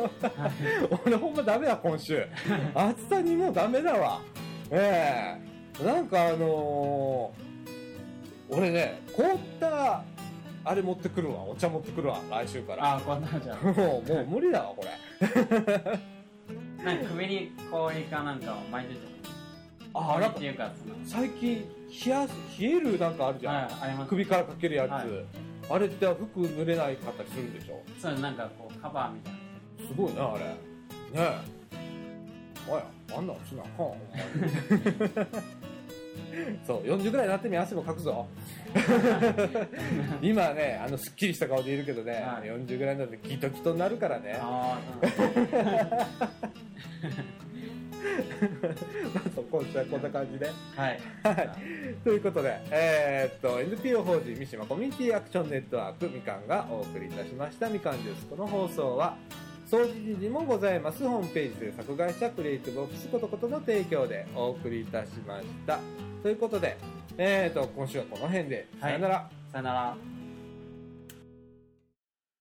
Speaker 1: 俺ほんまダメだ今週暑さにもうダメだわええなんかあのー俺ね凍ったあれ持ってくるわお茶持ってくるわ来週から
Speaker 2: あ、こんなんじゃん。
Speaker 1: もうもう無理だわこれ
Speaker 2: なんか首に氷かなんかを巻いてて。
Speaker 1: あ
Speaker 2: 氷
Speaker 1: なん
Speaker 2: っ
Speaker 1: か
Speaker 2: ていうか、その。
Speaker 1: 最近冷やす冷えるなんかあるじゃん、
Speaker 2: はい、あります。
Speaker 1: 首からかけるやつ、
Speaker 2: はい
Speaker 1: あれって服濡れないかったりするんでしょ
Speaker 2: そう、なんかこう、カバーみたいな。
Speaker 1: すごいなあれねえおやあんなんしなあかんほ んまにそう40ぐらいになってみ汗もかく ぞ今ねあのすっきりした顔でいるけどね、
Speaker 2: はい
Speaker 1: 40ぐらいになってキトキトになるからね
Speaker 2: ああ、そうなんです。
Speaker 1: まあ そう今週はこんな感じで
Speaker 2: はい。
Speaker 1: ということで、えーっと NPO 法人三島コミュニティアクションネットワークみかんがお送りいたしましたみかんジュースこの放送は掃除時事もございますホームページで作画したクリエイティブオフィスことことの提供でお送りいたしましたということで、えーっと今週はこの辺でさよなら、
Speaker 2: さよなら。